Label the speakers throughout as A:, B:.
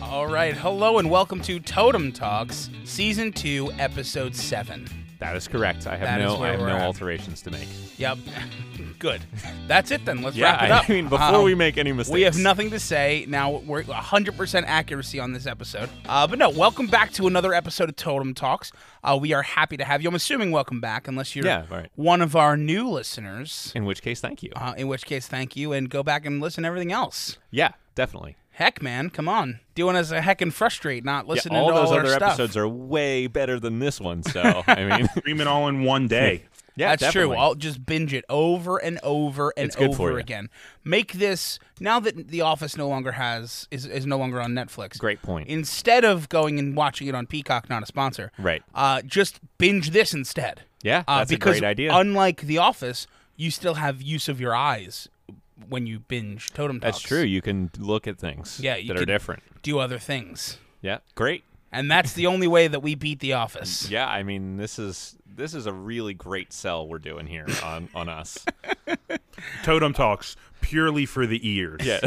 A: All right. Hello and welcome to Totem Talks, Season 2, Episode 7.
B: That is correct. I have
A: That is
B: no
A: where
B: I have
A: we're
B: no
A: at.
B: alterations to make.
A: Yep. Good. That's it then. Let's
B: yeah,
A: wrap it
B: I
A: up.
B: mean before
A: Um,
B: we make any mistakes.
A: We have nothing to say. Now we're 100% accuracy on this episode. Uh, but no, welcome back to another episode of Totem Talks. Uh, we are happy to have you. I'm assuming welcome back, unless you're
B: Yeah, all right.
A: one of our new listeners,
B: In which case, thank you.
A: uh, in which case, thank you, and go back and listen to everything else.
B: yeah, definitely.
A: Heck, man, come on. Doing us a heck and frustrate, not
B: Yeah,
A: listening
B: all
A: to
B: those
A: all our
B: other
A: stuff.
B: episodes are way better than this one. So I mean,
C: Stream it all in one day.
B: yeah,
A: That's
B: definitely.
A: true. I'll just binge it over and over and
B: It's good for
A: over
B: you.
A: again. Make this now that The Office no longer has is, is no longer on Netflix.
B: Great point.
A: Instead of going and watching it on Peacock, not a sponsor.
B: Right.
A: Uh, just binge this instead.
B: Yeah,
A: Uh,
B: that's a
A: because
B: great idea.
A: Unlike The Office, you still have use of your eyes when you binge Totem Talks.
B: That's true. You can look at things
A: Yeah, you
B: that are
A: can-
B: different.
A: Do other things,
B: Yeah, great.
A: and that's the only way that we beat The Office.
B: Yeah, I mean this is this is a really great sell we're doing here on on us.
C: Totem talks purely for the ears.
B: Yeah,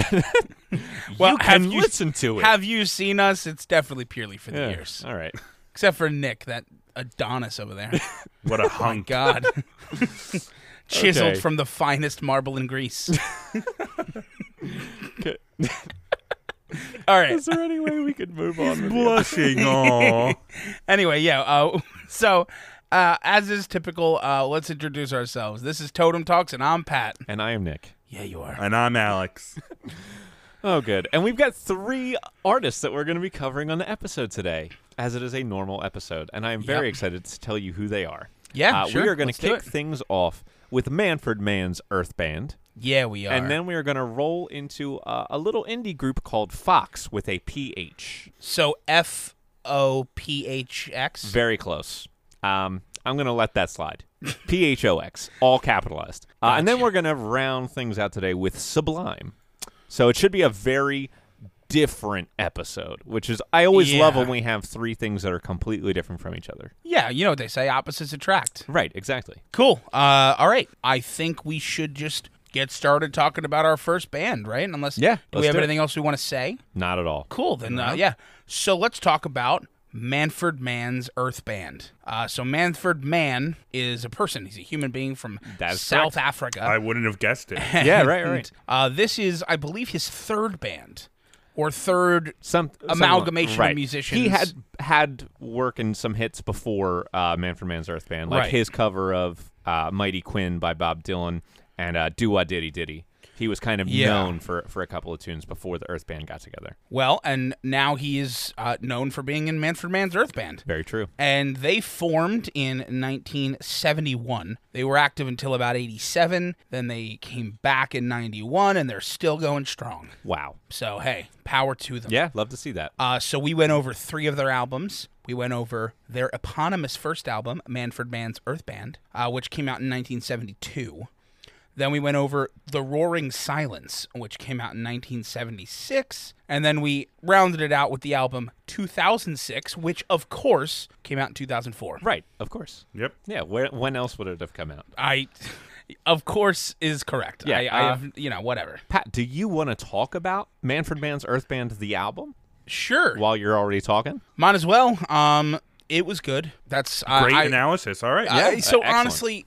A: Well,
B: you
A: have
B: can
A: you-
B: listen to it.
A: Have you seen us? It's definitely purely for the
B: Yeah,
A: ears.
B: All right.
A: Except for Nick, that Adonis over there.
C: What a hunk.
A: Oh God. Chiseled
B: Okay.
A: from the finest marble in Greece. All right.
B: Is there any way we could move on? with the-
C: Blushing. Aw.
A: Anyway, yeah. Uh, so, uh, as is typical, uh, let's introduce ourselves. This is Totem Talks, and I'm Pat.
B: And I am Nick.
A: Yeah, you are.
C: and I'm Alex.
B: Oh, good. And we've got three artists that we're going to be covering on the episode today, as it is a normal episode. And I am very
A: Yep.
B: excited to tell you who they are.
A: Yeah,
B: uh, We
A: sure.
B: are going
A: Let's
B: to
A: do
B: kick
A: it.
B: things off with Manford Man's Earth Band.
A: Yeah, we are.
B: And then we are going to roll into uh, a little indie group called Fox with a PH.
A: so, F O P H X.
B: Very close. Um, I'm going to let that slide. P H O X, all capitalized. Uh, And then we're going to round things out today with Sublime. So it should be a very different episode, which is, I always love
A: Yeah.
B: when we have three things that are completely different from each other.
A: Yeah, you know what they say opposites attract.
B: Right, exactly.
A: Cool. Uh, all right. I think we should just get started talking about our first band, right? Unless
B: Yeah,
A: do we
B: let's
A: have
B: do it.
A: anything else we want to say?
B: Not at all.
A: Cool. Then uh, yeah. So let's talk about Manfred Mann's Earth Band. Uh, so Manfred Mann is a person. He's a human being from
B: That's
A: South Africa.
C: I wouldn't have guessed it.
B: Yeah, right, right.
A: Uh, this is, I believe, his third band or third.
B: Some some-
A: Amalgamation of
B: right.
A: musicians.
B: He had had work in some hits before uh, Man for Man's Earth Band, like
A: Right.
B: his cover of uh, Mighty Quinn by Bob Dylan and uh, Do Wah Diddy Diddy. He was kind of
A: Yeah.
B: known for, for a couple of tunes before the Earth Band got together.
A: Well, and now he is uh, known for being in Manfred Mann's Earth Band.
B: Very true.
A: and they formed in 1971. They were active until about 87, then they came back in 91 and they're still going strong.
B: Wow.
A: So hey, power to them.
B: Yeah, love to see that.
A: Uh, so we went over three of their albums. We went over their eponymous first album, Manfred Mann's Earth Band, uh, which came out in 1972. Then we went over The Roaring Silence, which came out in 1976. And then we rounded it out with the album 2006, which, of course, came out in 2004.
B: right, of course.
C: Yep.
B: Yeah, where, when else would it have come out?
A: I, of course, is correct.
B: Yeah,
A: I, I
B: uh,
A: have, you know, whatever.
B: Pat, do you want to talk about Manfred Mann's Earth Band, the album,
A: Sure.
B: while you're already talking?
A: Might as well. Um, it was good. That's uh,
C: Great
A: I,
C: analysis. All right.
A: I- so
B: excellent.
A: honestly,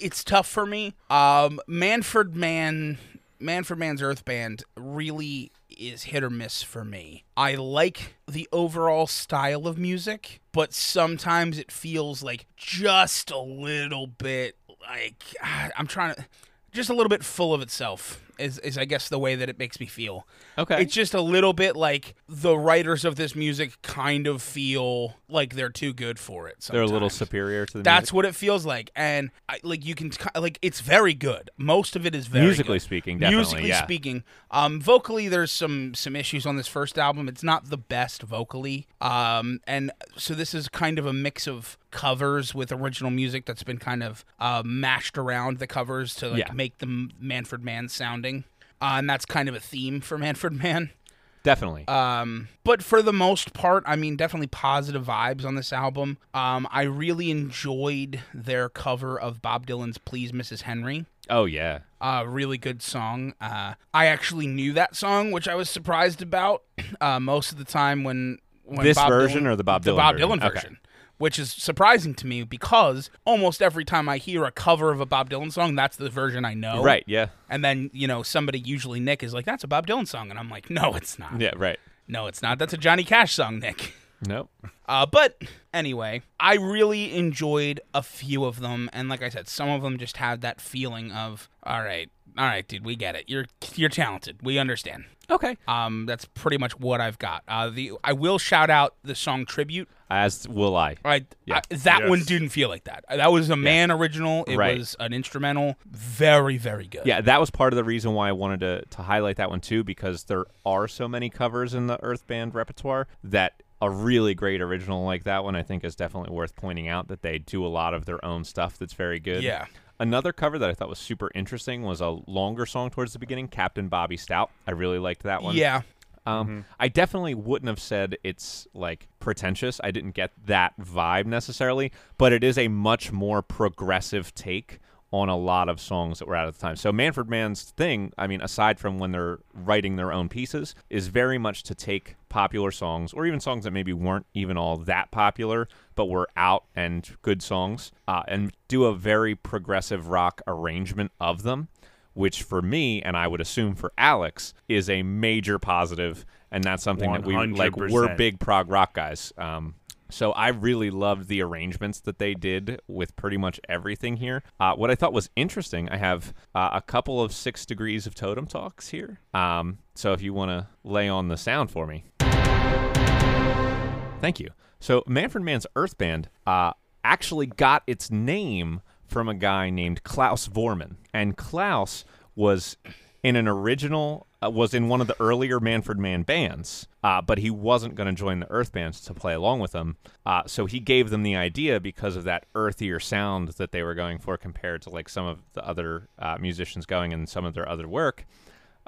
A: it's tough for me. Um, Manfred Mann, Manfred Mann's Earth Band really is hit or miss for me. I like the overall style of music, but sometimes it feels like just a little bit like ah, I'm trying to, just a little bit full of itself. Is, is I guess the way that it makes me feel.
B: Okay.
A: It's just a little bit like the writers of this music kind of feel like they're too good for it.
B: They're a little
A: sometimes.
B: superior to the
A: That's what it feels like, and I, like you can ki- like it's very good. Most of it is very
B: Musically
A: good.
B: speaking, definitely,
A: Musically
B: yeah.
A: speaking, um, vocally there's some some issues on this first album. It's not the best vocally, um, and so this is kind of a mix of covers with original music that's been kind of uh, mashed around the covers to like
B: Yeah.
A: make them Manfred Mann sounding, uh, and that's kind of a theme for Manfred Mann.
B: music. Definitely.
A: Um, but for the most part, I mean, definitely positive vibes on this album. Um, I really enjoyed their cover of Bob Dylan's "Please, Mrs. Henry."
B: Oh yeah.
A: uh, really good song. Uh, I actually knew that song, which I was surprised about. Uh, most of the time when, when
B: This
A: Bob
B: version
A: Dylan-
B: or the Bob
A: the
B: Dylan
A: Bob
B: version?
A: Dylan
B: Okay.
A: version, which is surprising to me because almost every time I hear a cover of a Bob Dylan song, that's the version I know.
B: Right. Yeah.
A: And then you know somebody, usually Nick, is like, "That's a Bob Dylan song," and I'm like, "No, it's not.
B: Yeah. Right.
A: No, it's not. That's a Johnny Cash song, Nick."
B: Nope.
A: Uh, but anyway, I really enjoyed a few of them, and like I said, some of them just had that feeling of, all right, all right, dude, we get it. You're you're talented. We understand.
B: Okay.
A: Um, that's pretty much what I've got. Uh, the I will shout out the song tribute.
B: As will I.
A: I,
B: Yeah.
A: I that one
C: Yes.
A: didn't feel like that. That was a man original. It
B: Right.
A: was an instrumental. Very very good.
B: Yeah, that was part of the reason why I wanted to, to highlight that one too, because there are so many covers in the Earth Band repertoire that a really great original like that one I think is definitely worth pointing out that they do a lot of their own stuff that's very good.
A: Yeah.
B: Another cover that I thought was super interesting was a longer song towards the beginning, Captain Bobby Stout. I really liked that one.
A: Yeah.
B: Um, I definitely wouldn't have said it's like pretentious. I didn't get that vibe necessarily, but it is a much more progressive take on a lot of songs that were out at the time. So Manfred Mann's thing, I mean, aside from when they're writing their own pieces, is very much to take popular songs or even songs that maybe weren't even all that popular but were out and good songs uh, and do a very progressive rock arrangement of them which for me and I would assume for Alex is a major positive, and that's something that we like. We're
C: 100%.
B: big prog rock guys, um, so I really loved the arrangements that they did with pretty much everything here. Uh, what I thought was interesting, I have uh, a couple of six degrees of totem talks here. Um, so if you want to lay on the sound for me, Thank you. So Manfred Mann's Earth Band uh, actually got its name from a guy named Klaus Vorman, and Klaus was in an original uh, was in one of the earlier Manfred Mann bands, uh, but he wasn't going to join the Earth Band to play along with them. Uh, so he gave them the idea because of that earthier sound that they were going for compared to like some of the other uh, musicians going in some of their other work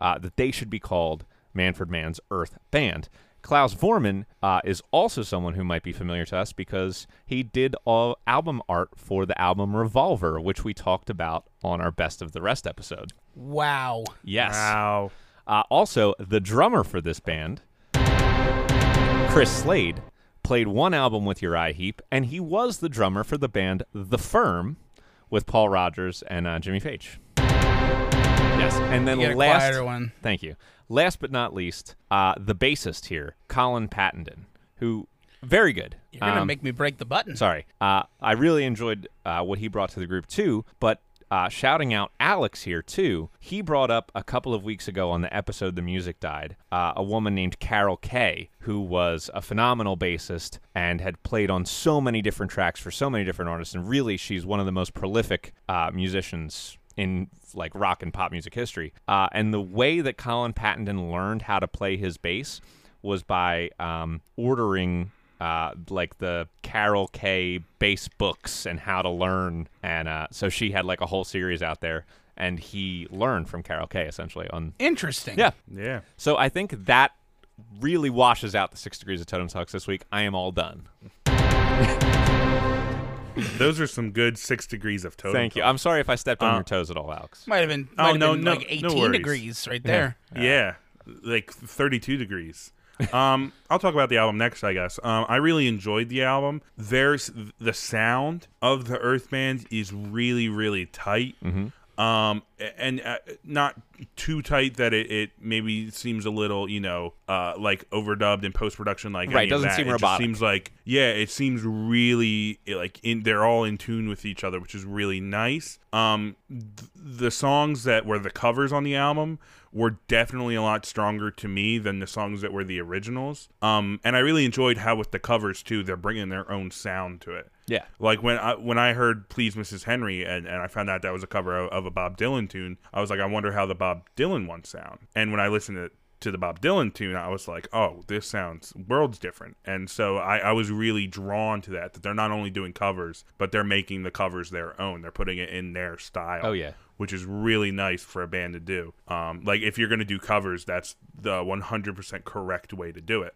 B: uh, that they should be called Manfred Mann's Earth Band. Klaus Vorman uh, is also someone who might be familiar to us because he did all album art for the album Revolver, which we talked about on our Best of the Rest episode.
A: Wow.
B: Yes.
A: Ah.
C: Wow.
B: Uh, also, the drummer for this band, Chris Slade, played one album with Uriah Heep, and he was the drummer for the band The Firm with Paul Rogers and uh, Jimmy Page. Yes, and then
A: You get a
B: last
A: quieter one.
B: Thank you. Last but not least, uh, the bassist here, Colin Pattenden, who very good.
A: You're gonna
B: Um,
A: make me break the button.
B: Sorry. Uh, I really enjoyed uh, what he brought to the group too, but uh, shouting out Alex here too. He brought up a couple of weeks ago on the episode "The Music Died" uh, a woman named Carol Kay, who was a phenomenal bassist and had played on so many different tracks for so many different artists, and really she's one of the most prolific uh, musicians in like rock and pop music history. Uh, and the way that Colin Pattenden learned how to play his bass was by um, ordering uh, like the Carol K bass books and how to learn. And uh, so she had like a whole series out there, and he learned from Carol K essentially. On
A: Interesting.
B: yeah,
C: Yeah.
B: so I think that really washes out the six degrees of totem talks this week. I am all done.
C: Those are some good six degrees of total.
B: Thank you. I'm sorry if I stepped on your toes at all, Alex.
A: Might have been.
C: Oh,
A: Might have
C: no,
A: been
C: no-
A: like
C: no
A: 18
C: worries.
A: degrees right there.
C: Yeah, like 32 degrees. um, I'll talk about the album next, I guess. Um, I really enjoyed the album. There's the sound of the Earth Band is really, really tight.
A: Mm-hmm.
C: Um, a- and uh, not too tight that it, it maybe seems a little, you know, uh, like overdubbed in post production. Like
B: Right,
C: any of
B: doesn't
C: that.
B: seem
C: It just
B: robotic.
C: seems like yeah, it seems really eh, like in they're all in tune with each other, which is really nice. Um, th- the songs that were the covers on the album were definitely a lot stronger to me than the songs that were the originals. Um, and I really enjoyed how with the covers too, they're bringing their own sound to it.
B: Yeah.
C: Like when I when I heard "Please, Mrs. Henry" and, and I found out that was a cover of, of a Bob Dylan tune, I was like, I wonder how the Bob Dylan one sound. And when I listened to to the Bob Dylan tune, I was like, oh, this sounds worlds different. And so I, I was really drawn to that that they're not only doing covers, but they're making the covers their own. They're putting it in their style.
B: Oh, yeah.
C: Which is really nice for a band to do. Um, like if you're gonna do covers, that's the 100% correct way to do it.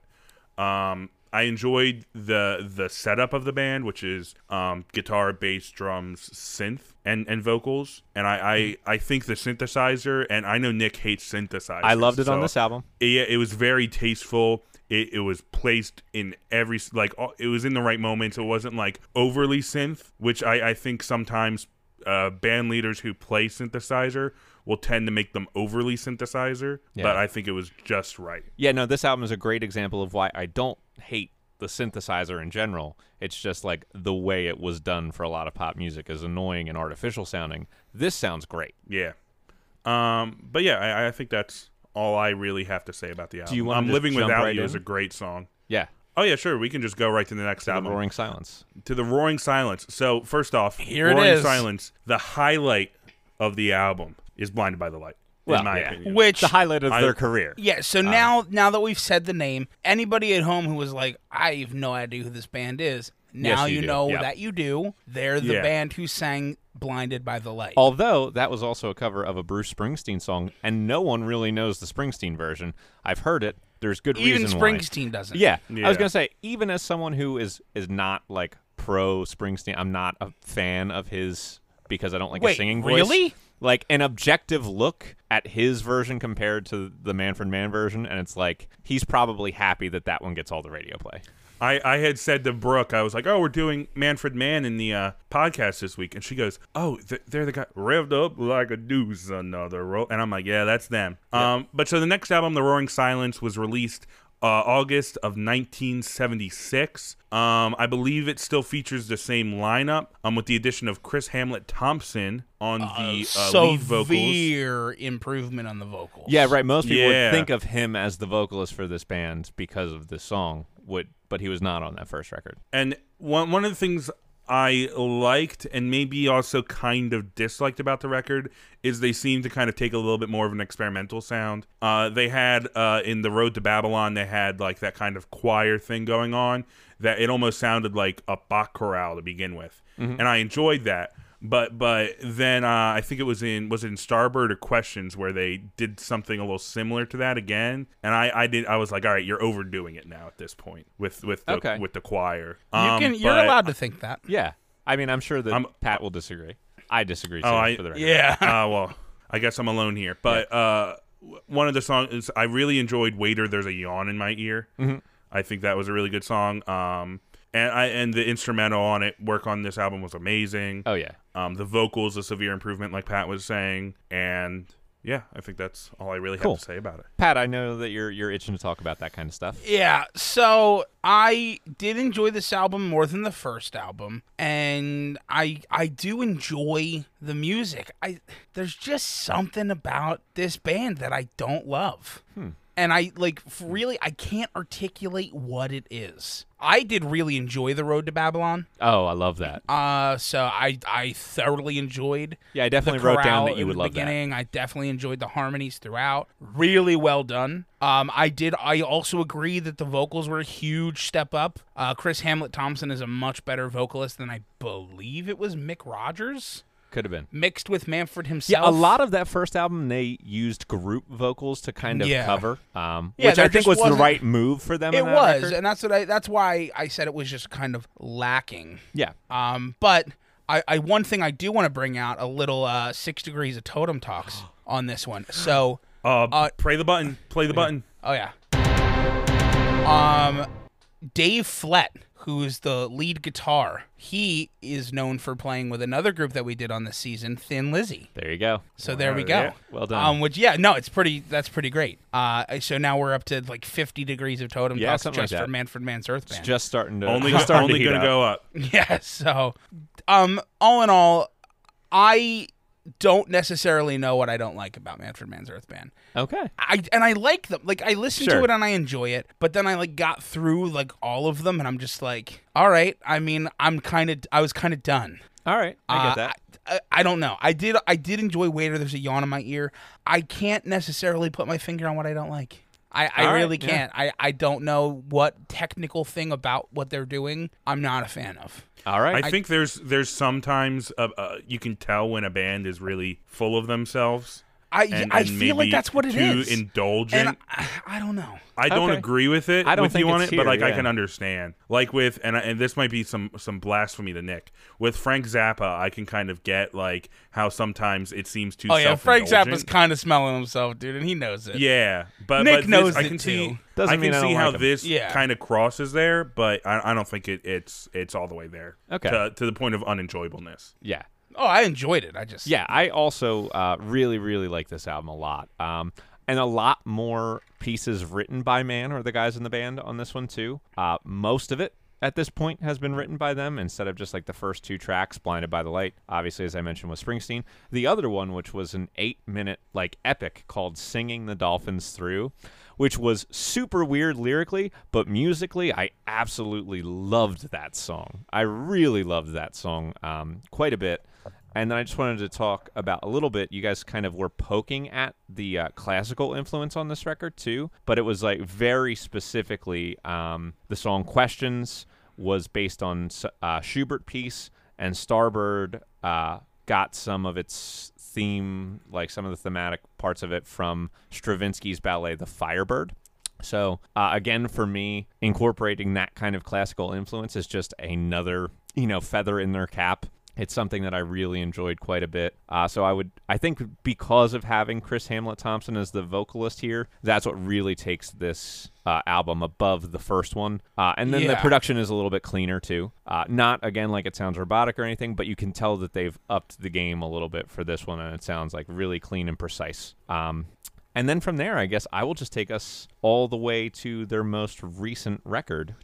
C: Um, I enjoyed the the setup of the band, which is um, guitar, bass, drums, synth, and and vocals. And I
B: Mm-hmm.
C: I, I think the synthesizer, and I know Nick hates synthesizers.
B: I loved it on
C: so-
B: this album.
C: yeah, it was very tasteful. It, it was placed in every like all, it was in the right moments. It wasn't like overly synth, which I, I think sometimes uh, band leaders who play synthesizer will tend to make them overly synthesizer.
B: Yeah.
C: But I think it was just right.
B: Yeah, no, this album is a great example of why I don't hate the synthesizer in general. It's just like the way it was done for a lot of pop music is annoying and artificial sounding. This sounds great.
C: Yeah. Um. But yeah, I, I think that's all I really have to say about the album.
B: you wanna
C: I'm
B: just
C: living
B: jump
C: without
B: right
C: you is
B: in?
C: a great song.
B: Yeah.
C: Oh yeah, sure. We can just go right to the next
B: The
C: album.
B: Roaring Silence.
C: to the roaring silence. So first off,
A: Here it
C: roaring
A: is.
C: silence. The highlight of the album is "Blinded by the Light,"
B: Well,
C: in my
B: yeah.
C: opinion.
A: Which
B: The Uh. highlight of
C: I-
B: their career.
A: Yeah, so now now that we've said the name, anybody at home who was like, I have no idea who this band is, now
B: you
A: you,
B: do.
A: know
B: Yeah.
A: that you do. They're the
C: Yeah.
A: band who sang Blinded by the Light.
B: Although that was also a cover of a Bruce Springsteen song, and no one really knows the Springsteen version. I've heard it. There's good
A: Even
B: reason why.
A: Springsteen doesn't.
B: Yeah, I
C: Yeah.
B: was gonna say, even as someone who is is not like pro Springsteen, I'm not a fan of his because I don't like
A: Wait,
B: his singing voice.
A: really?
B: Like an objective look at his version compared to the Manfred Mann version, and it's like he's probably happy that that one gets all the radio play.
C: I, I had said to Brooke, I was like, "Oh, we're doing Manfred Mann in the uh, podcast this week," and she goes, "Oh, th- they're the guy revved up like a deuce another roll," and I'm like, "Yeah, that's them." Um, but so the next album, "The Roaring Silence," was released uh, August of 1976. Um, I believe it still features the same lineup, um, with the addition of Chris Hamlet Thompson on the uh, lead vocals.
A: severe improvement on the vocals.
B: Yeah, right. Most people
C: Yeah.
B: would think of him as the vocalist for this band because of this song, would but he was not on that first record.
C: And one one of the things I liked and maybe also kind of disliked about the record is they seemed to kind of take a little bit more of an experimental sound. Uh, they had uh, in the Road to Babylon, they had like that kind of choir thing going on that it almost sounded like a Bach chorale to begin with, and I enjoyed that. But but then uh, I think it was in was it in Starbird or Questions where they did something a little similar to that again, and I I did I was like all right you're overdoing it now at this point with with the,
B: Okay.
C: with the choir.
A: You
C: Um,
A: can, you're
C: but-
A: allowed to think that.
B: Yeah, I mean, I'm sure that
C: I'm-
B: Pat will disagree. I disagree.
C: Oh,
B: Sam,
C: I-
B: for the record.
A: Yeah.
C: uh, well, I guess I'm alone here. But uh, w- one of the songs is I really enjoyed "Waiter." There's a yawn in my ear. I think that was a really good song. Um, and I and the instrumental on it, work on this album was amazing.
B: Oh yeah.
C: Um, the vocals a severe improvement, like Pat was saying, and yeah, I think that's all I really
B: Cool.
C: have to say about it.
B: Pat, I know that you're you're itching to talk about that kind of stuff.
A: Yeah, so I did enjoy this album more than the first album, and I I do enjoy the music. I there's just something about this band that I don't love. And I like f- really I can't articulate what it is. I did really enjoy The Road to Babylon.
B: Oh, I love that.
A: Uh so I I thoroughly enjoyed
B: Yeah, I definitely
A: the
B: wrote down
A: chorale
B: that you
A: in
B: would
A: the
B: love that.
A: beginning. I definitely enjoyed the harmonies throughout. Really well done. Um, I did. I also agree that the vocals were a huge step up. Uh, Chris Hamlet Thompson is a much better vocalist than I believe it was Mick Rogers
B: Could have been.
A: mixed with Manfred himself.
B: Yeah, a lot of that first album they used group vocals to kind of
A: Yeah.
B: cover, um,
A: Yeah,
B: which I
A: there
B: think
A: just
B: was the
A: wasn't-
B: right move for them.
A: It
B: in that
A: was,
B: record.
A: and that's what I. That's why I said it was just kind of lacking.
B: yeah.
A: Um, but I, I one thing I do want to bring out a little uh, six degrees of totem talks on this one. So.
C: Uh, pray the button, play the button.
A: Oh yeah. Um, Dave Flett, who is the lead guitar, he is known for playing with another group that we did on this season, Thin Lizzy.
B: There you go.
A: So there we
C: Wow,
A: go.
C: yeah.
B: Well done.
A: Um, which yeah, no, it's pretty. That's pretty great. Uh, so now we're up to like 50 degrees of totem
B: Yeah,
A: talks
B: something like
A: just for
B: that.
A: Manfred Mann's Earth Band.
B: Just starting to
C: Only
B: just starting
C: only
B: to heat
C: gonna
B: up.
C: go up.
A: Yeah, so um all in all, I don't necessarily know what I don't like about Manfred Mann's Earth Band.
B: Okay.
A: I and I like them. Like I listen to
B: Sure.
A: it and I enjoy it, but then I like got through like all of them and I'm just like, all right. I mean, I'm kind of I was kind of done.
B: All right. I
A: Uh,
B: get that.
A: I, I, I don't know. I did I did enjoy Waiter. There's a yawn in my ear. I can't necessarily put my finger on what I don't like. I, I
B: All right,
A: really
B: yeah.
A: can't. I, I don't know what technical thing about what they're doing I'm not a fan of.
B: All right.
C: I think there's there's sometimes uh, uh, you can tell when a band is really full of themselves,
A: I
C: and,
A: I
C: and
A: feel like
C: maybe
A: that's what it
C: too
A: is.
C: indulgent.
A: and I, I don't know.
C: I don't
B: Okay.
C: agree with it.
B: I don't
C: with
B: think
C: you on it,
B: it's
C: but
B: here,
C: like I
B: yeah.
C: can understand. Like with and I, and this might be some some blasphemy to Nick with Frank Zappa. I can kind of get like how sometimes it seems too.
A: Oh yeah, Frank Zappa's
C: self-indulgent.
A: kind of smelling himself, dude, and he knows it.
C: Yeah, but
A: Nick
C: but
A: knows
C: this, I
A: it
C: can
A: too.
C: see.
B: Doesn't
C: I can
B: mean I
C: see
B: don't
C: how
B: like him.
C: this
A: Yeah.
C: kind of crosses there, but I, I don't think it, it's it's all the way there.
B: Okay.
C: to, to the point of unenjoyableness.
B: Yeah.
A: Oh, I enjoyed it. I just
B: Yeah, I also uh, really, really like this album a lot. Um, and a lot more pieces written by man or the guys in the band on this one too. Uh, most of it at this point has been written by them instead of just like the first two tracks, "Blinded by the Light." Obviously, as I mentioned, was Springsteen. The other one, which was an eight-minute like epic called "Singing the Dolphins Through." Which was super weird lyrically, but musically, I absolutely loved that song. I really loved that song um, quite a bit. And then I just wanted to talk about a little bit. You guys kind of were poking at the uh, classical influence on this record too, but it was like very specifically um, the song "Questions" was based on s- uh, Schubert piece, and Starbird uh, got some of its theme, like some of the thematic parts of it, from Stravinsky's ballet "The Firebird." So uh, again, for me, incorporating that kind of classical influence is just another you know feather in their cap. It's something that I really enjoyed quite a bit. Uh, so I would, I think, because of having Chris Hamlet Thompson as the vocalist here, that's what really takes this uh, album above the first one. Uh, and then the
A: Yeah.
B: production is a little bit cleaner too. Uh, not again like it sounds robotic or anything, but you can tell that they've upped the game a little bit for this one, and it sounds like really clean and precise. Um, and then from there, I guess I will just take us all the way to their most recent record,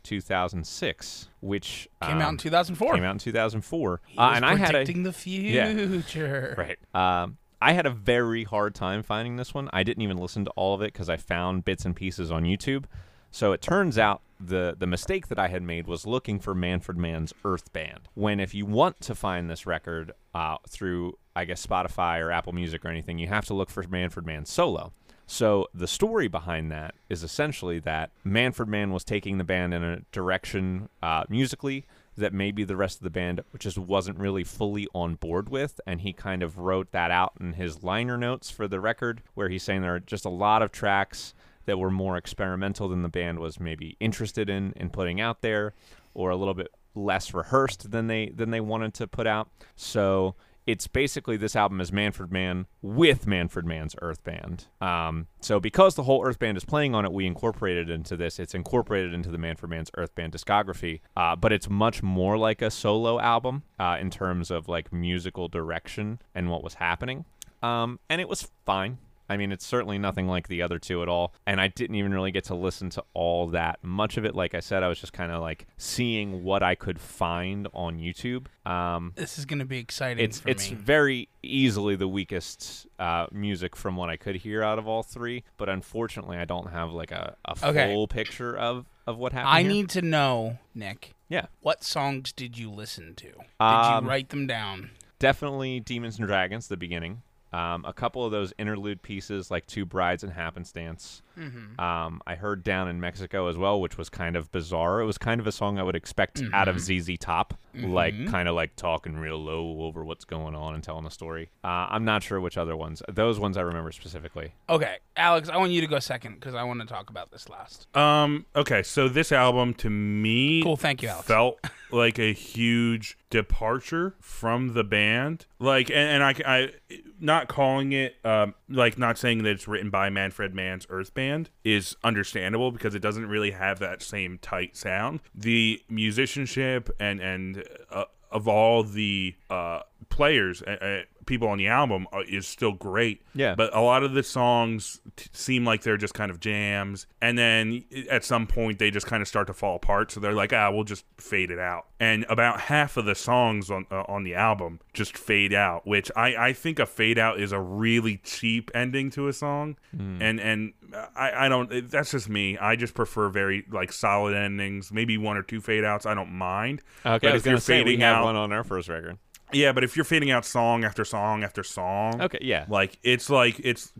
B: 2006, which
A: came out in
B: um,
A: 2004.
B: came out in 2004.
A: He
B: Uh,
A: was
B: and I had a
A: predicting the future.
B: right. Um, I had a very hard time finding this one. I didn't even listen to all of it because I found bits and pieces on YouTube. So it turns out the the mistake that I had made was looking for Manfred Mann's Earth Band. When if you want to find this record uh, through I guess Spotify or Apple Music or anything, you have to look for Manfred Mann solo. So the story behind that is essentially that Manfred Mann was taking the band in a direction uh, musically that maybe the rest of the band just wasn't really fully on board with. And he kind of wrote that out in his liner notes for the record, where he's saying there are just a lot of tracks that were more experimental than the band was maybe interested in in putting out there, or a little bit less rehearsed than they than they wanted to put out. So it's basically this album is Manfred Mann with Manfred Mann's Earth Band. Um, so because the whole Earth Band is playing on it, we incorporated it into this. It's incorporated into the Manfred Mann's Earth Band discography, uh, but it's much more like a solo album uh, in terms of like musical direction and what was happening. Um, and it was fine. I mean, it's certainly nothing like the other two at all. And I didn't even really get to listen to all that much of it. Like I said, I was just kind of like seeing what I could find on YouTube. Um,
A: This is going to be exciting
B: it's
A: for
B: it's
A: me.
B: very easily the weakest uh, music from what I could hear out of all three, but unfortunately, I don't have like a, a
A: Okay.
B: full picture of of what happened.
A: I
B: here.
A: need to know, Nick,
B: yeah,
A: what songs did you listen to? Did
B: Um,
A: you write them down?
B: definitely Demons and Dragons, the beginning. Um, a couple of those interlude pieces, like Two Brides and Happenstance.
A: Mm-hmm.
B: Um, I heard Down in Mexico as well, which was kind of bizarre. It was kind of a song I would expect
A: Mm-hmm.
B: out of ZZ Top, like kind of like talking real low over what's going on and telling the story. Uh, I'm not sure which other ones. Those ones I remember specifically.
A: Okay, Alex, I want you to go second because I want to talk about this last.
C: Um. Okay. So this album to me,
A: Cool, thank you, Alex.
C: felt like a huge departure from the band. Like, and, and I, I, not calling it, um, like, not saying that it's written by Manfred Mann's Earth Band is understandable because it doesn't really have that same tight sound. The musicianship and and uh, of all the uh, players, uh, uh, people on the album uh, is still great.
B: Yeah.
C: but a lot of the songs t- seem like they're just kind of jams and then at some point they just kind of start to fall apart so they're like ah we'll just fade it out and about half of the songs on uh, on the album just fade out which i i think a fade out is a really cheap ending to a song
B: Hmm.
C: and and i i don't that's just me i just prefer very like solid endings maybe one or two fade outs i don't mind
B: Okay,
C: but
B: I was
C: if you're
B: gonna say we
C: fading
B: had
C: out
B: one on our first record.
C: yeah but if you're fading out song after song after song
B: Okay, yeah,
C: like it's like it's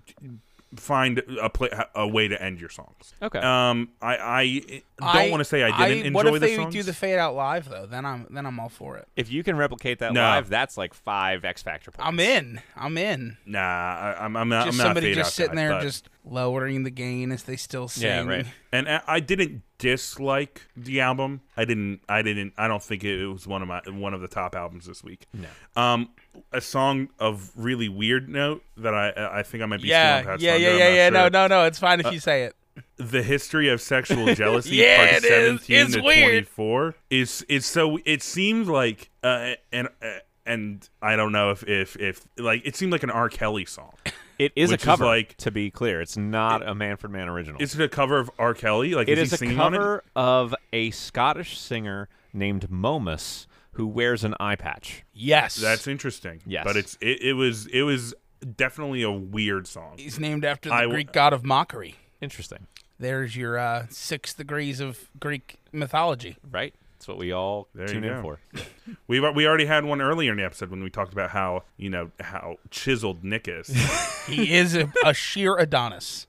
C: find a play, a way to end your songs.
B: Okay.
C: Um, I I don't want to say I didn't enjoy
A: What if
C: the
A: they
C: songs.
A: do the fade out live though? Then I'm then I'm all for it.
B: If you can replicate that
C: No.
B: live, that's like five X Factor points.
A: I'm in. I'm in.
C: nah, I, I'm I'm not.
A: Just
C: I'm not a
A: somebody
C: fade
A: just
C: out
A: sitting
C: guy,
A: there,
C: but-
A: just lowering the gain as they still sing.
B: Yeah, right.
C: And I I didn't dislike the album. I didn't. I didn't. I don't think it was one of my one of the top albums this week. No. Um, a song of really weird note that I I think I might be
A: Yeah,
C: stealing Pat's
A: yeah,
C: thunder,
A: yeah,
C: I'm
A: yeah,
C: not
A: yeah. No,
C: sure. Uh,
A: no, no. It's fine if you say it.
C: the history of sexual jealousy
A: Yeah, it
C: part
A: is.
C: 17
A: It's
C: to
A: weird.
C: 24 is is so it seemed like uh, and uh, and I don't know if if if like it seemed like an R Kelly song.
B: It is a
C: Which is
B: cover.
C: like-
B: to be clear, it's not a Manfred Mann original.
C: Is it a cover of R Kelly? Like
B: It
C: is
B: is
C: he
B: a
C: singing on it?
B: cover of a Scottish singer named Momus who wears an eye patch.
A: Yes.
C: That's interesting.
B: Yes.
C: but it's it, it was it was definitely a weird song.
A: He's named after the
C: I w-
A: Greek god of mockery.
B: Interesting,
A: There's your uh, six degrees of Greek mythology.
B: right? That's what we all
C: There you
B: tune in
C: go.
B: for.
C: We we already had one earlier in the episode when we talked about how you know how chiseled Nick is.
A: He is a, a sheer Adonis.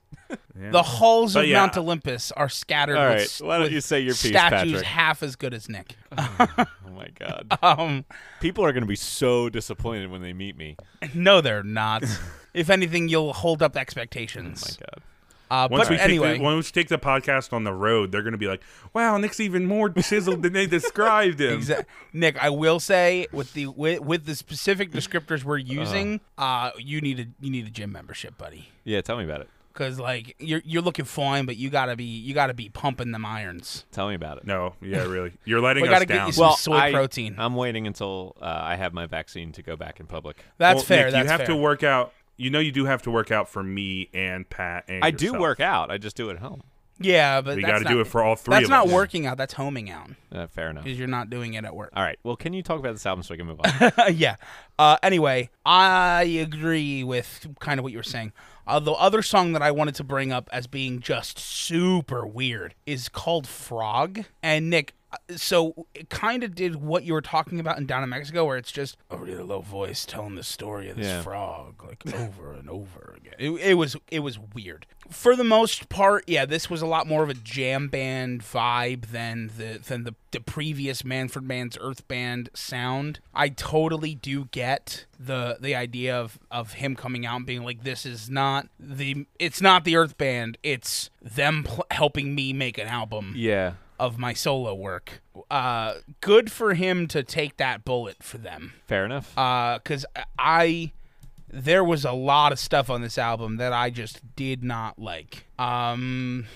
C: Yeah.
A: The halls
C: But
A: of
C: yeah.
A: Mount Olympus are scattered
B: All
A: with,
B: right,
A: s-
B: why don't
A: with
B: you say your piece,
A: statues
B: Patrick?
A: half as good as Nick.
B: Oh my god,
A: Um,
B: people are going to be so disappointed when they meet me.
A: no, they're not. if anything, you'll hold up
B: My
A: expectations.
B: god,
A: Uh,
C: Once
A: but
C: we
A: anyway,
C: take the, once we take the podcast on the road, they're going to be like, "Wow, Nick's even more chiseled than they described him."
A: Exa- Nick, I will say with the with, with the specific descriptors we're using, uh, you need a you need a gym membership, buddy.
B: yeah, tell me about it.
A: Cause like you're you're looking fine, but you gotta be you gotta be pumping them irons.
B: Tell me about it.
C: No, yeah, really, you're letting
A: We
C: us
A: gotta get
C: down.
A: you some-
B: Well,
A: soy
B: I-
A: protein.
B: I'm waiting until uh, I have my vaccine to go back in public.
A: That's
C: Well,
A: fair.
C: Nick,
A: that's
C: you have
A: fair.
C: to work out. You know, you do have to work out for me and Pat. And
B: I do
C: yourself.
B: work out. I just do it at home.
A: yeah, but
C: We
A: got to
C: do it for all three.
A: That's
C: of
A: not
C: us.
A: working out. That's homing out
B: Uh, fair enough.
A: because you're not doing it at work.
B: All right. Well, can you talk about this album so we can move on?
A: yeah. Uh, anyway, I agree with kind of what you were saying. Uh, the other song that I wanted to bring up as being just super weird is called Frog. And Nick, uh, so it kind of did what you were talking about in Down in Mexico, where it's just a really low voice telling the story of this
B: Yeah.
A: frog like over and over again. It, it was it was weird. For the most part, yeah, this was a lot more of a jam band vibe than the than the, the previous Manfred Mann's Earth Band sound. I totally do get the the idea of of him coming out and being like, "This is not the it's not the Earth Band. It's them pl- helping me make an album."
B: yeah.
A: Of my solo work, uh, good for him to take that bullet for them
B: Fair enough.
A: Uh, because I there was a lot of stuff on this album that I just did not like. Um,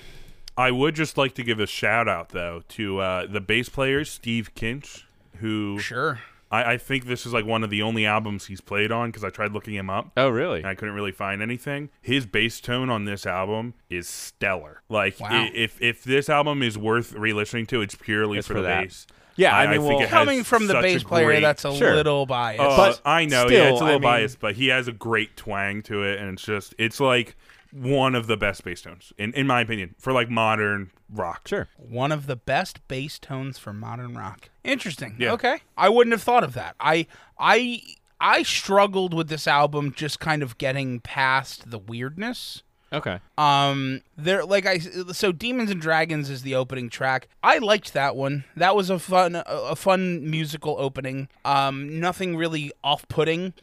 C: I would just like to give a shout out though to uh, the bass player Steve Kinch, who
A: sure.
C: I, I think this is like one of the only albums he's played on because I tried looking him up.
B: oh, really?
C: and I couldn't really find anything. His bass tone on this album is stellar. Like
A: Wow.
C: i- if if this album is worth re-listening to, it's purely
B: It's
C: for,
B: for
C: the
B: that.
C: bass.
B: Yeah, I mean, well-
C: it has
A: Coming from the
C: such a
A: bass player,
C: great-
A: that's a
B: Sure.
A: little biased.
C: Uh,
B: But
C: I know, yeah,
B: still,
C: it's a
B: I
C: little
B: mean-
C: biased, but he has a great twang to it, and it's just it's like one of the best bass tones in in my opinion for like modern rock.
B: sure.
A: One of the best bass tones for modern rock. Interesting.
C: Yeah.
A: Okay. I wouldn't have thought of that. I I I struggled with this album just kind of getting past the weirdness.
B: Okay.
A: Um, there, like I, so Demons and Dragons is the opening track. I liked that one. That was a fun, a, a fun musical opening. Um, nothing really off-putting,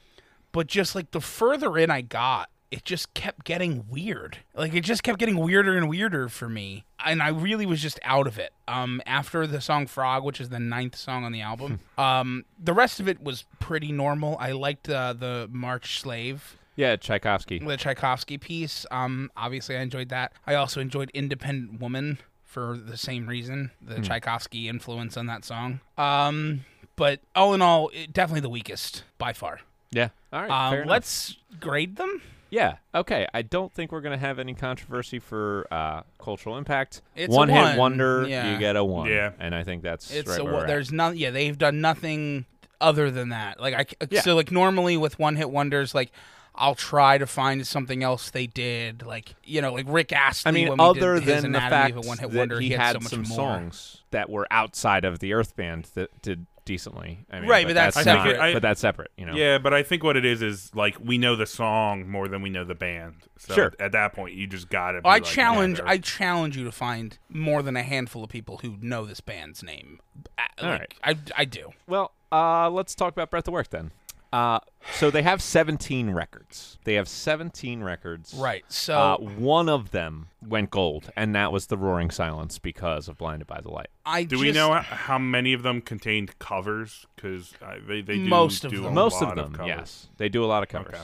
A: but just like the further in I got, it just kept getting weird. Like it just kept getting weirder and weirder for me, and I really was just out of it. Um, after the song Frog, which is the ninth song on the album, um, the rest of it was pretty normal. I liked uh, the March Slave
B: Yeah, Tchaikovsky.
A: the Tchaikovsky piece. Um, obviously, I enjoyed that. I also enjoyed Independent Woman for the same reason, the
B: Hmm.
A: Tchaikovsky influence on that song. Um, but all in all, it, definitely the weakest by far.
B: Yeah. All right. fair
A: Um,
B: enough.
A: let's grade them.
B: Yeah. Okay. I don't think we're gonna have any controversy for uh, cultural impact.
A: It's a
B: one hit
A: one,
B: wonder.
A: yeah.
B: You get a one.
C: Yeah.
B: And I think that's
A: It's
B: right
A: a,
B: where we're
A: wo-
B: at.
A: there's none. Yeah, they've done nothing other than that. Like I c- uh,
B: Yeah.
A: so like normally with one hit wonders like. I'll try to find something else they did, like you know, like Rick Astley.
B: I mean,
A: when we
B: other
A: did his
B: than the
A: Anatomy
B: fact
A: of a one-hit
B: that
A: wonder,
B: he
A: had,
B: had
A: so much more.
B: some songs that were outside of the Earth Band that did decently. I mean,
A: Right, but that's
B: not-
C: separate. I think it- I-
B: but that's separate. You know.
C: Yeah, but I think what it is is like we know the song more than we know the band. So
B: Sure.
C: At that point, you just got it.
A: I challenge I challenge you to find more than a handful of people who know this band's name. I,
B: All
A: like, I I do.
B: Well, uh, let's talk about Breath of Work then. Uh, so they have 17 records. They have 17 records.
A: Right. So
B: Uh, one of them went gold, and that was the Roaring Silence because of Blinded by the Light.
A: I
C: Do we know h- how many of them contained covers? Because they they do
A: Most
C: do
A: of
C: a
A: them.
B: Most
C: lot
B: of them,
C: covers.
B: yes, they do a lot of covers.
C: Okay.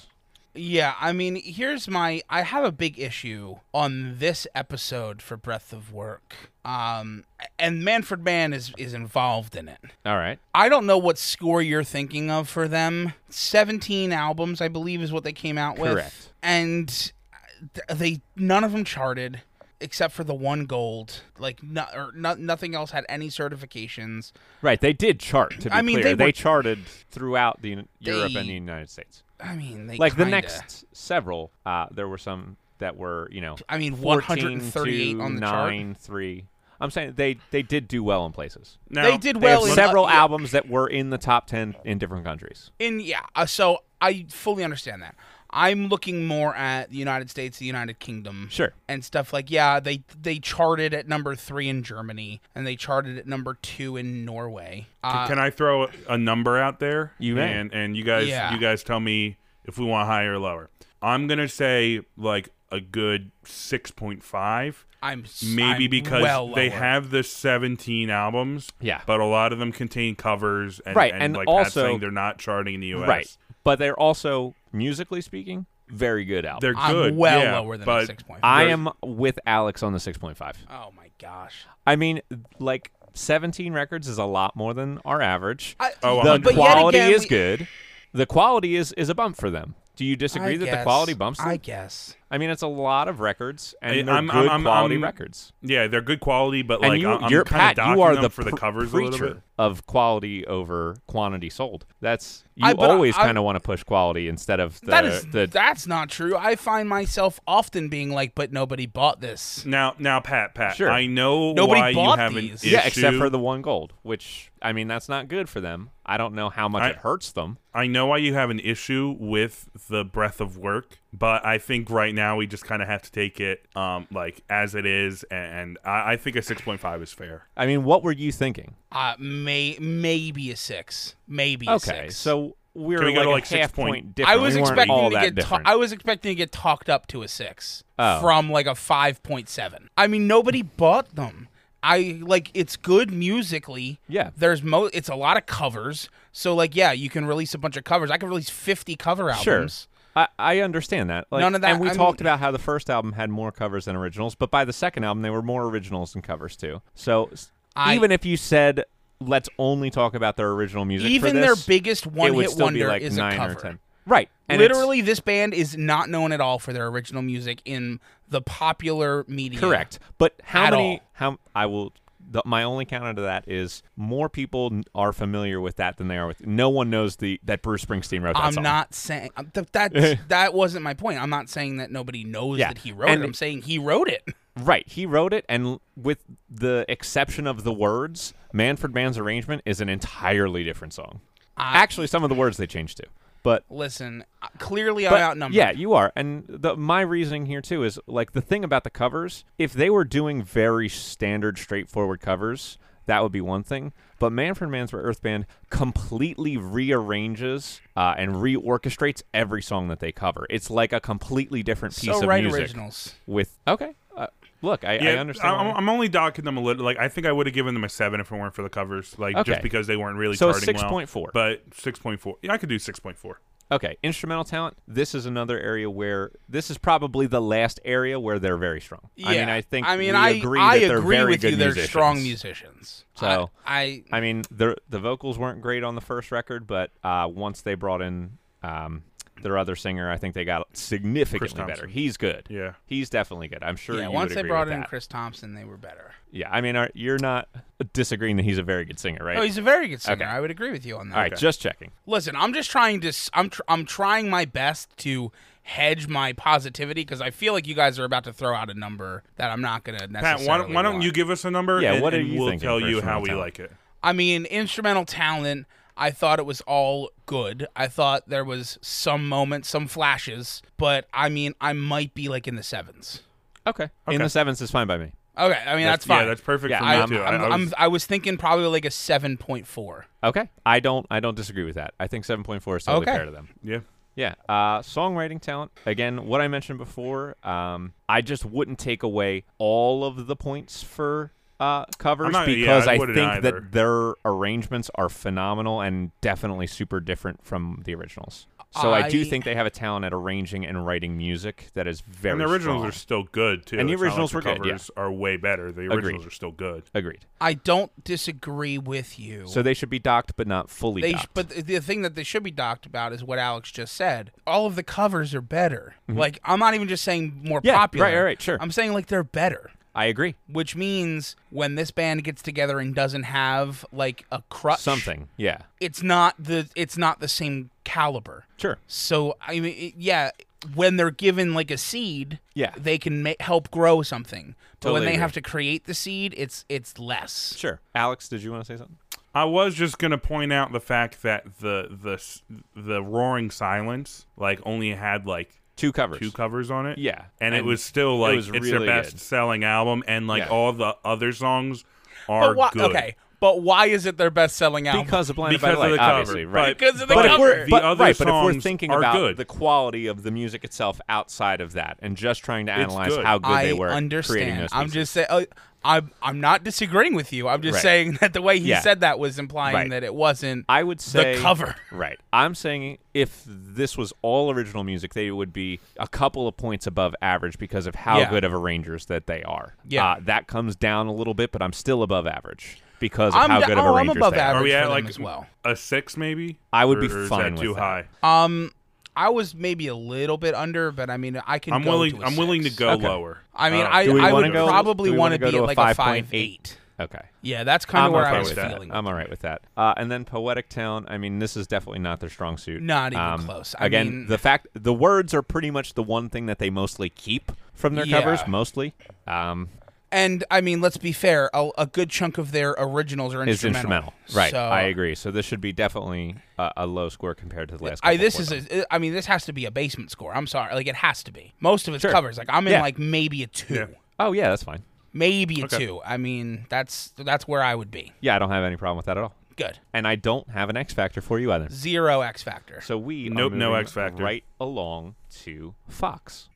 A: Yeah, I mean, here's my I have a big issue on this episode for Breath of Work. Um and Manfred Mann is is involved in it.
B: All right.
A: I don't know what score you're thinking of for them. 17 albums, I believe is what they came out with.
B: Correct.
A: And th- they none of them charted except for the one gold. Like no, or no, nothing else had any certifications.
B: Right. They did chart. To be
A: I mean,
B: clear,
A: they were-
B: charted throughout the Europe
A: They-
B: and the United States.
A: I mean, they
B: Like the
A: kinda-
B: next several, uh, there were some that were you know
A: I mean,
B: 14
A: 138
B: to
A: on the chart.
B: 9, three. I'm saying they they did do well in places.
C: Now,
A: They did
B: They
A: well
B: have
A: in
B: several
A: uh, yeah.
B: albums that were in the top ten in different countries.
A: In yeah, uh, so I fully understand that. I'm looking more at the United States, the United Kingdom,
B: Sure.
A: and stuff like yeah. They they charted at number three in Germany, and they charted at number two in Norway. Uh,
C: Can I throw a- a number out there?
B: You may.
C: And and you guys
A: Yeah.
C: you guys tell me if we want higher or lower. I'm gonna say like a good six point five.
A: I'm s-
C: Maybe
A: I'm
C: because
A: well
C: they
A: lower.
C: have the 17 albums,
B: Yeah.
C: but a lot of them contain covers, and,
B: Right,
C: and,
B: and
C: like Pat's
B: also-
C: saying, they're not charting in the U.S.
B: Right. But they're also musically speaking very good albums.
C: they're
A: I'm
C: good.
A: well
C: yeah,
A: lower than
C: but
A: a six point five.
B: I
C: They're-
B: am with Alex on the 6.5.
A: Oh my gosh!
B: I mean, like 17 records is a lot more than our average.
A: I,
C: Oh,
B: the
C: But yet
B: quality
A: again,
B: is
A: we-
B: good. The quality is is a bump for them. Do you
A: I
B: disagree that the
A: guess-
B: quality bumps them?
A: I
B: I,
A: guess.
B: mean, it's a lot of records and
C: I-
B: they're
C: I'm-
B: good
C: I'm-
B: quality
C: I'm-
B: records.
C: Yeah, they're good quality, but
B: And
C: like
B: you,
C: I- I'm
B: you're
C: kind
B: Pat.
C: of
B: You are the
C: for the
B: pr-
C: covers a little
B: preacher
C: bit.
B: of quality over quantity sold. That's you
A: I- but I-
B: always
A: I-
B: kind of want to push quality instead of the
A: that is
B: the
A: that's not true. I find myself often being like, but nobody bought this.
C: Now, now, Pat, Pat,
B: Sure.
C: I know
A: Nobody
C: why you
A: bought
C: have an
A: these.
C: issue.
B: Yeah, except for the one gold, which I mean that's not good for them. I don't know how much
C: I-
B: it hurts them.
C: I know why you have an issue with the breadth of work, but I think right now we just kind of have to take it um, like as it is, and, and I, I think a six point five is fair.
B: I mean, what were you thinking?
A: Uh, may maybe a six, maybe a
B: Okay,
A: six.
B: so we're
C: Can we
B: like,
C: go to, like,
B: a
C: six
B: half
C: point-
B: point different.
A: I was
B: We weren't
A: expecting
B: all
A: to
B: that
A: get ta-
B: different.
A: I was expecting to get talked up to a six
B: Oh.
A: from like a five point seven. I mean, nobody bought them. I like it's good musically.
B: Yeah.
A: there's mo. It's a lot of covers. So like, yeah, you can release a bunch of covers. I can release fifty cover
B: sure.
A: albums.
B: I, I understand that. Like,
A: None of that-
B: And we
A: I
B: talked
A: mean-
B: about how the first album had more covers than originals, but by the second album, they were more originals than covers too. So s-
A: I-
B: even if you said let's only talk about their original music, for
A: Even
B: this,
A: their biggest
B: it would
A: one-hit
B: still be
A: wonder
B: like
A: is a
B: nine or
A: cover.
B: ten. Right. And it's-
A: Literally, this band is not known at all for their original music in the popular media.
B: Correct. But how
A: At
B: many?
A: all.
B: How I will. The, my only counter to that is more people n- are familiar with that than they are with. No one knows the that Bruce Springsteen wrote that
A: I'm
B: song.
A: not saying I'm- th- that that wasn't my point. I'm not saying that nobody knows
B: Yeah.
A: that he wrote
B: And-
A: it. I'm saying he wrote it.
B: right. He wrote it, and l- with the exception of the words, Manfred Mann's arrangement is an entirely different song. Actually, some of the words they changed to, but
A: Listen, uh, clearly
B: But-
A: I'm outnumbered.
B: Yeah, you are. And the, my reasoning here too is like the thing about the covers. If they were doing very standard, straightforward covers, that would be one thing. But Manfred Mann's Earth Band completely rearranges uh, and reorchestrates every song that they cover. It's like a completely different piece
A: so
B: of
A: write
B: music.
A: originals.
B: With okay, uh, look, I, I understand.
C: I'm,
B: why-
C: I'm only docking them a little. Like I think I would have given them a seven if it weren't for the covers, like
B: Okay.
C: just because they weren't really
B: So
C: charting well.
B: 6.4.
C: but six point four. Yeah, I could do six point four.
B: Okay, instrumental talent. This is another area where this is probably the last area where they're very strong. I mean,
A: Yeah.
B: I think
A: I mean,
B: we
A: I
B: agree
A: I
B: that they're
A: agree
B: very
A: with
B: good
A: you. They're
B: musicians.
A: strong musicians.
B: So-
A: I, I
B: I mean, the the vocals weren't great on the first record, but uh, once they brought in um, their other singer, I think they got significantly better.
C: Thompson.
B: He's good.
C: Yeah.
B: He's definitely good. I'm sure.
A: yeah.
B: you
A: Once
B: would
A: they
B: agree
A: brought
B: with
A: in
B: that.
A: Chris Thompson, they were better.
B: Yeah, I mean, are, you're not disagreeing that he's a very good singer, right?
A: Oh, he's a very good singer.
B: Okay.
A: I would agree with you on that.
B: All right, just checking.
A: Listen, I'm just trying to. s- I'm tr- I'm trying my best to hedge my positivity because I feel like you guys are about to throw out a number that I'm not gonna.
C: Pat,
A: Necessarily
C: why don't, why don't
A: want.
C: you give us a number?
B: Yeah,
C: and,
B: what are
C: and
B: you
C: we'll
B: thinking
C: tell
B: for
C: you how
B: instrumental
C: we
B: talent?
C: like it.
A: I mean, instrumental talent, I thought it was all good. I thought there was some moments, some flashes, but I mean, I might be like in the sevens.
B: Okay. In
C: Okay.
B: the sevens is fine by me.
A: Okay, I mean that's, fine.
C: Yeah, that's perfect
B: Yeah,
C: for me
A: I,
B: I'm-
C: too. I-
A: I'm-
C: I was-
A: I'm- I was thinking probably like a seven point four.
B: Okay. I don't I don't disagree with that. I think 7.4 is totally
A: Okay.
B: fair to them.
C: yeah.
B: Yeah. Uh, songwriting talent. Again, what I mentioned before, um, I just wouldn't take away all of the points for uh, covers
C: I'm not- yeah,
B: because
C: I
B: I,
C: wouldn't
B: think
C: either.
B: that their arrangements are phenomenal and definitely super different from the originals. So I, do
A: I-
B: think they have a talent at arranging and writing music that is very
C: And the originals
B: strong.
C: are still good too.
B: And the
C: It's not like
B: originals were
C: the
B: good, yeah.
C: Covers are way better. The
B: Agreed.
C: originals are still good.
B: Agreed.
A: I don't disagree with you.
B: So they should be docked, but not fully
A: they, sh-
B: docked.
A: but th- the thing that they should be docked about is what Alex just said. All of the covers are better. Like I'm not even just saying more
B: Mm-hmm. Yeah, right,
A: popular.
B: right, right, sure.
A: I'm saying like they're better.
B: I agree.
A: which means when this band gets together and doesn't have like a crutch
B: Something. Yeah.
A: it's not the it's not the same caliber
B: Sure.
A: so i mean it, yeah when they're given like a seed
B: Yeah.
A: they can ma- help grow something but when they
B: Totally agree.
A: have to create the seed it's it's less
B: Sure. Alex, did you want to say something?
C: I was just gonna point out the fact that the the s- the roaring silence like only had like
B: Two covers.
C: two covers on it.
B: Yeah.
C: and, it
B: And
C: was still like
B: was
C: it's
B: really
C: their best
B: good.
C: selling album, and like
B: Yeah.
C: all the other songs are
A: but why,
C: good.
A: okay but why is it their best selling album
B: because of Blinded
C: Because
B: by the
C: of the
B: Light,
C: cover,
B: obviously,
C: but-
B: right?
A: Because of the
B: but if
A: cover.
B: we're,
C: The
B: but-
C: other
B: right, but if we're
C: songs
B: thinking
C: are
B: about
C: good.
B: the quality of the music itself outside of that, and just trying to analyze
C: good.
B: how good
A: I
B: they were
A: understand.
B: creating those
A: I'm
B: pieces.
A: just saying. Uh, I'm I'm not disagreeing with you. I'm just
B: Right.
A: saying that the way he
B: Yeah.
A: said that was implying
B: Right.
A: that it wasn't.
B: I would say
A: cover.
B: Right. I'm saying if this was all original music, they would be a couple of points above average because of how
A: Yeah.
B: good of arrangers that they are.
A: Yeah.
B: Uh, that comes down a little bit, but I'm still above average because of
A: I'm
B: how
A: d-
B: good of
A: oh, I'm
B: arrangers
A: above
B: they
A: average.
C: Are we
A: for
C: at
A: them
C: like
A: as well.
C: a six maybe?
B: I would be
C: Or- or is
B: fine
C: that
B: with
C: too
B: that.
C: high.
A: Um, I was maybe a little bit under, but I mean, I can.
C: I'm
A: go
C: willing.
A: To a
C: I'm willing to
A: six.
C: go
B: Okay.
C: lower. Uh,
A: I mean,
C: don't
A: I,
C: know.
B: uh, we
A: I
B: wanna
A: would
B: go-
A: probably
B: do we
A: want
B: wanna
A: to
B: go
A: be
B: to
A: at
B: a
A: like a
B: 5.8?
A: five eight.
B: are. Okay.
A: Yeah, that's kind
B: I'm
A: of where
B: okay
A: I was
B: with
A: feeling.
B: that. I'm all right with that. Uh, and then poetic town. I mean, this is definitely not their strong suit. Um,
A: Not even close. I
B: again,
A: mean-
B: the fact the words are pretty much the one thing that they mostly keep from their covers.
A: Yeah.
B: Mostly, um,
A: And I mean, let's be fair. A, a good chunk of their originals are
B: is
A: instrumental.
B: instrumental. Right.
A: So,
B: I agree. So this should be definitely a, a low score compared to the last.
A: I,
B: couple
A: this
B: for
A: is
B: them.
A: a, I mean this has to be a basement score. I'm sorry, like it has to be. Most of its
B: Sure.
A: covers, like I'm in
B: Yeah.
A: like maybe a two,
C: Yeah.
B: oh yeah, that's fine.
A: maybe a
C: Okay.
A: two. I mean that's that's where I would be.
B: Yeah, I don't have any problem with that at all.
A: Good.
B: And I don't have an X factor for you either.
A: Zero X factor.
B: So we are
C: Nope, no
B: moving
C: X factor.
B: Right along to Fox.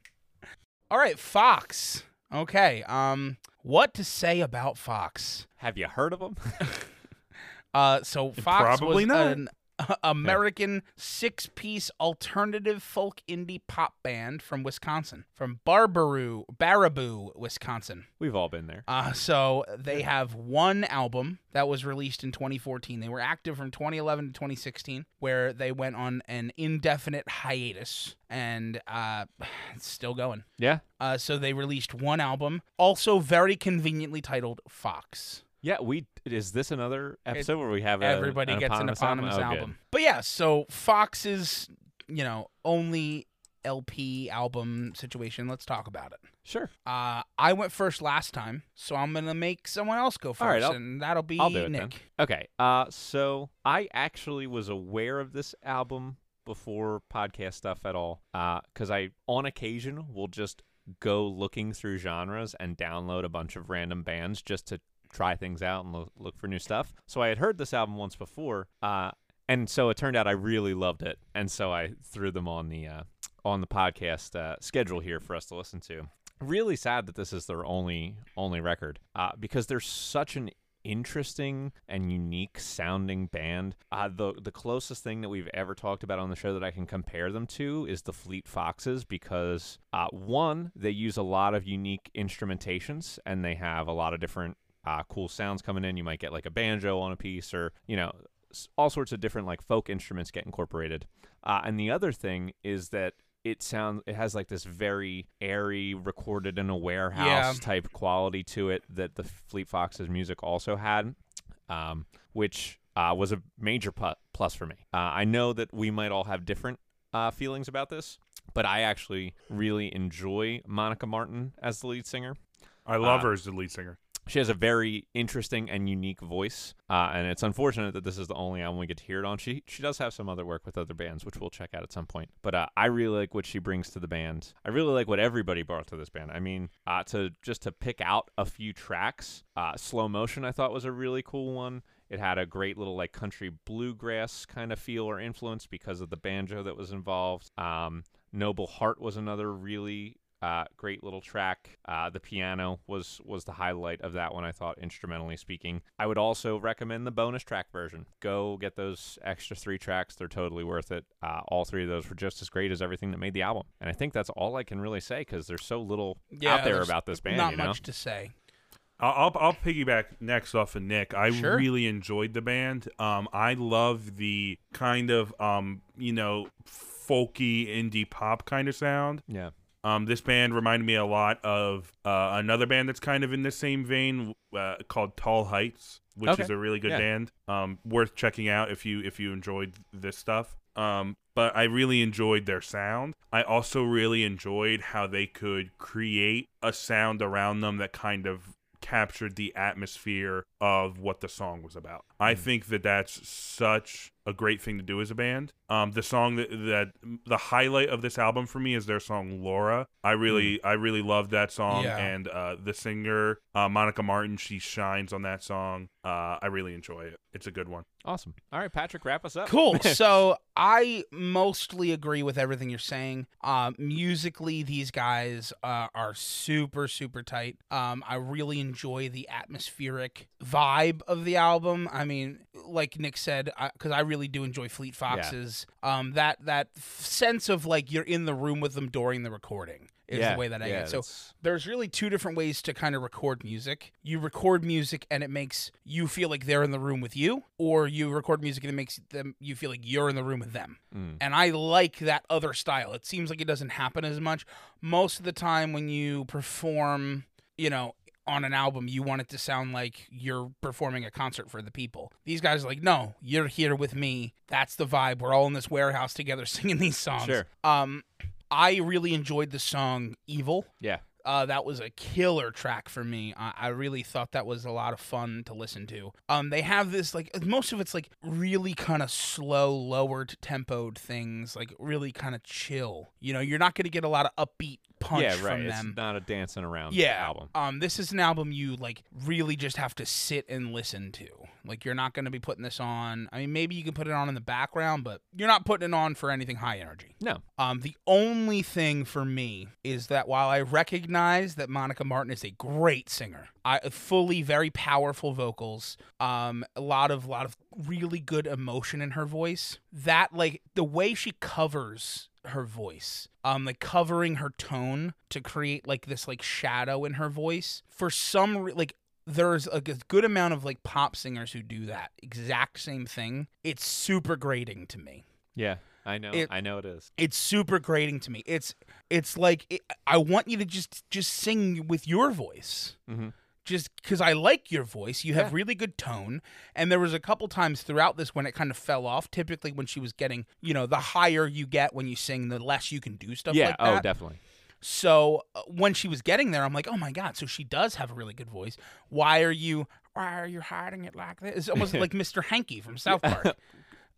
A: All right, Fox. Okay. Um, what to say about Fox?
B: Have you heard of them?
A: Uh, so Fox
C: Probably
A: was
C: not.
A: an American six-piece alternative folk indie pop band from Wisconsin, from Barbaroo, Baraboo, Wisconsin.
B: We've all been there.
A: Uh, so they have one album that was released in 2014. They were active from 2011 to 2016, where they went on an indefinite hiatus, and uh, it's still going.
B: Yeah.
A: Uh, so they released one album, also very conveniently titled Fox.
B: Yeah, we is this another episode where we have a,
A: Everybody
B: an
A: gets an eponymous
B: Oh, good.
A: album. But yeah, so Fox's, you know, only LP album situation. Let's talk about it.
B: Sure,
A: Uh, I went first last time, so I'm gonna make someone else go 1st
B: All right, I'll-
A: and that'll be
B: I'll do it
A: Nick.
B: then. Okay, uh, so I actually was aware of this album before podcast stuff at all, because I on occasion will just go looking through genres and download a bunch of random bands just to try things out and lo- look for new stuff. So I had heard this album once before, uh, and so it turned out I really loved it, and so I threw them on the uh, on the podcast uh, schedule here for us to listen to. Really sad that this is their only only record uh, because they're such an interesting and unique sounding band. Uh, the the closest thing that we've ever talked about on the show that I can compare them to is the Fleet Foxes because uh, one they use a lot of unique instrumentations and they have a lot of different uh, cool sounds coming in. You might get like a banjo on a piece or you know s- all sorts of different like folk instruments get incorporated. Uh, and the other thing is that it sounds it has like this very airy recorded in a warehouse type quality to it that the Fleet Foxes music also had, um, which uh, was a major pu- plus for me. Uh, I know that we might all have different uh, feelings about this, but I actually really enjoy Monica Martin as the lead singer.
A: Uh,
C: I love her as the lead singer.
B: She has a very interesting and unique voice, uh, and it's unfortunate that this is the only album we get to hear it on. She she does have some other work with other bands, which we'll check out at some point. But uh, I really like what she brings to the band. I really like what everybody brought to this band. I mean, uh, to just to pick out a few tracks, uh, slow motion I thought was a really cool one. It had a great little like country bluegrass kind of feel or influence because of the banjo that was involved. Um, Noble Heart was another really uh, great little track. Uh, the piano was was the highlight of that one. I thought instrumentally speaking. I would also recommend the bonus track version. Go get those extra three tracks; they're totally worth it. Uh, all three of those were just as great as everything that made the album. And I think that's all I can really say because there's so little
A: Yeah,
B: out there
A: there's
B: about this band.
A: Not
B: you know?
A: much to say.
C: I'll, I'll I'll piggyback next off of Nick. I
A: Sure.
C: really enjoyed the band. Um, I love the kind of um, you know, folky indie pop kind of sound.
B: Yeah.
C: Um, this band reminded me a lot of uh, another band that's kind of in the same vein uh, called Tall Heights, which
B: Okay.
C: is a really good
B: Yeah.
C: band. Um, worth checking out if you if you enjoyed this stuff. Um, but I really enjoyed their sound. I also really enjoyed how they could create a sound around them that kind of captured the atmosphere of what the song was about. I
B: Hmm.
C: think that that's such a great thing to do as a band. Um, the song that, that the highlight of this album for me is their song Laura. I
B: Hmm.
C: really I really love that song
A: Yeah.
C: and uh, the singer uh, Monica Martin she shines on that song. Uh, I really enjoy it. It's a good one.
B: Awesome. All right, Patrick, wrap us up.
A: Cool. so I mostly agree with everything you're saying. Um, musically, these guys uh, are super, super tight. Um, I really enjoy the atmospheric vibe of the album. I mean, like Nick said, because I, really do enjoy Fleet Foxes. Um, that that f- sense of like you're in the room with them during the recording is
B: yeah.
A: the way that I
B: yeah,
A: get. So
B: that's-
A: there's really two different ways to kind of record music. You record music and it makes you feel like they're in the room with you, or you record music and it makes them you feel like you're in the room with them.
B: mm,
A: And I like that other style. It seems like it doesn't happen as much. Most of the time when you perform, you know, on an album, you want it to sound like you're performing a concert for the people. These guys are like, no, you're here with me. That's the vibe. We're all in this warehouse together singing these songs.
B: Sure.
A: Um, I really enjoyed the song "Evil."
B: yeah.
A: Uh, that was a killer track for me. I, I really thought that was a lot of fun to listen to. Um, they have this like most of it's like really kind of slow, lowered tempoed things, like really kind of chill. You know, you're not gonna get a lot of upbeat punch
B: Yeah, right.
A: from
B: It's
A: them.
B: not a dancing around
A: yeah,
B: album.
A: Um, this is an album you like really just have to sit and listen to. Like you're not gonna be putting this on. I mean, maybe you can put it on in the background, but you're not putting it on for anything high energy.
B: No.
A: Um, the only thing for me is that while I recognize that Monica Martin is a great singer, I fully very powerful vocals, um, a lot of lot of really good emotion in her voice. That like the way she covers her voice, um, like covering her tone to create like this like shadow in her voice. For some re- like there's a g- good amount of like pop singers who do that exact same thing. It's super grating to me
B: Yeah. I know.
A: It-
B: I know it is.
A: it's super grating to me it's it's like it, i want you to just just sing with your voice
B: Mhm.
A: just because i like your voice you have really good tone and there was a couple times throughout this when it kind of fell off typically when she was getting you know the higher you get when you sing the less you can do stuff
B: Yeah.
A: like
B: oh,
A: that
B: definitely.
A: so uh, when she was getting there i'm like oh my god so she does have a really good voice why are you why are you hiding it like this it's almost like mr hankey from south park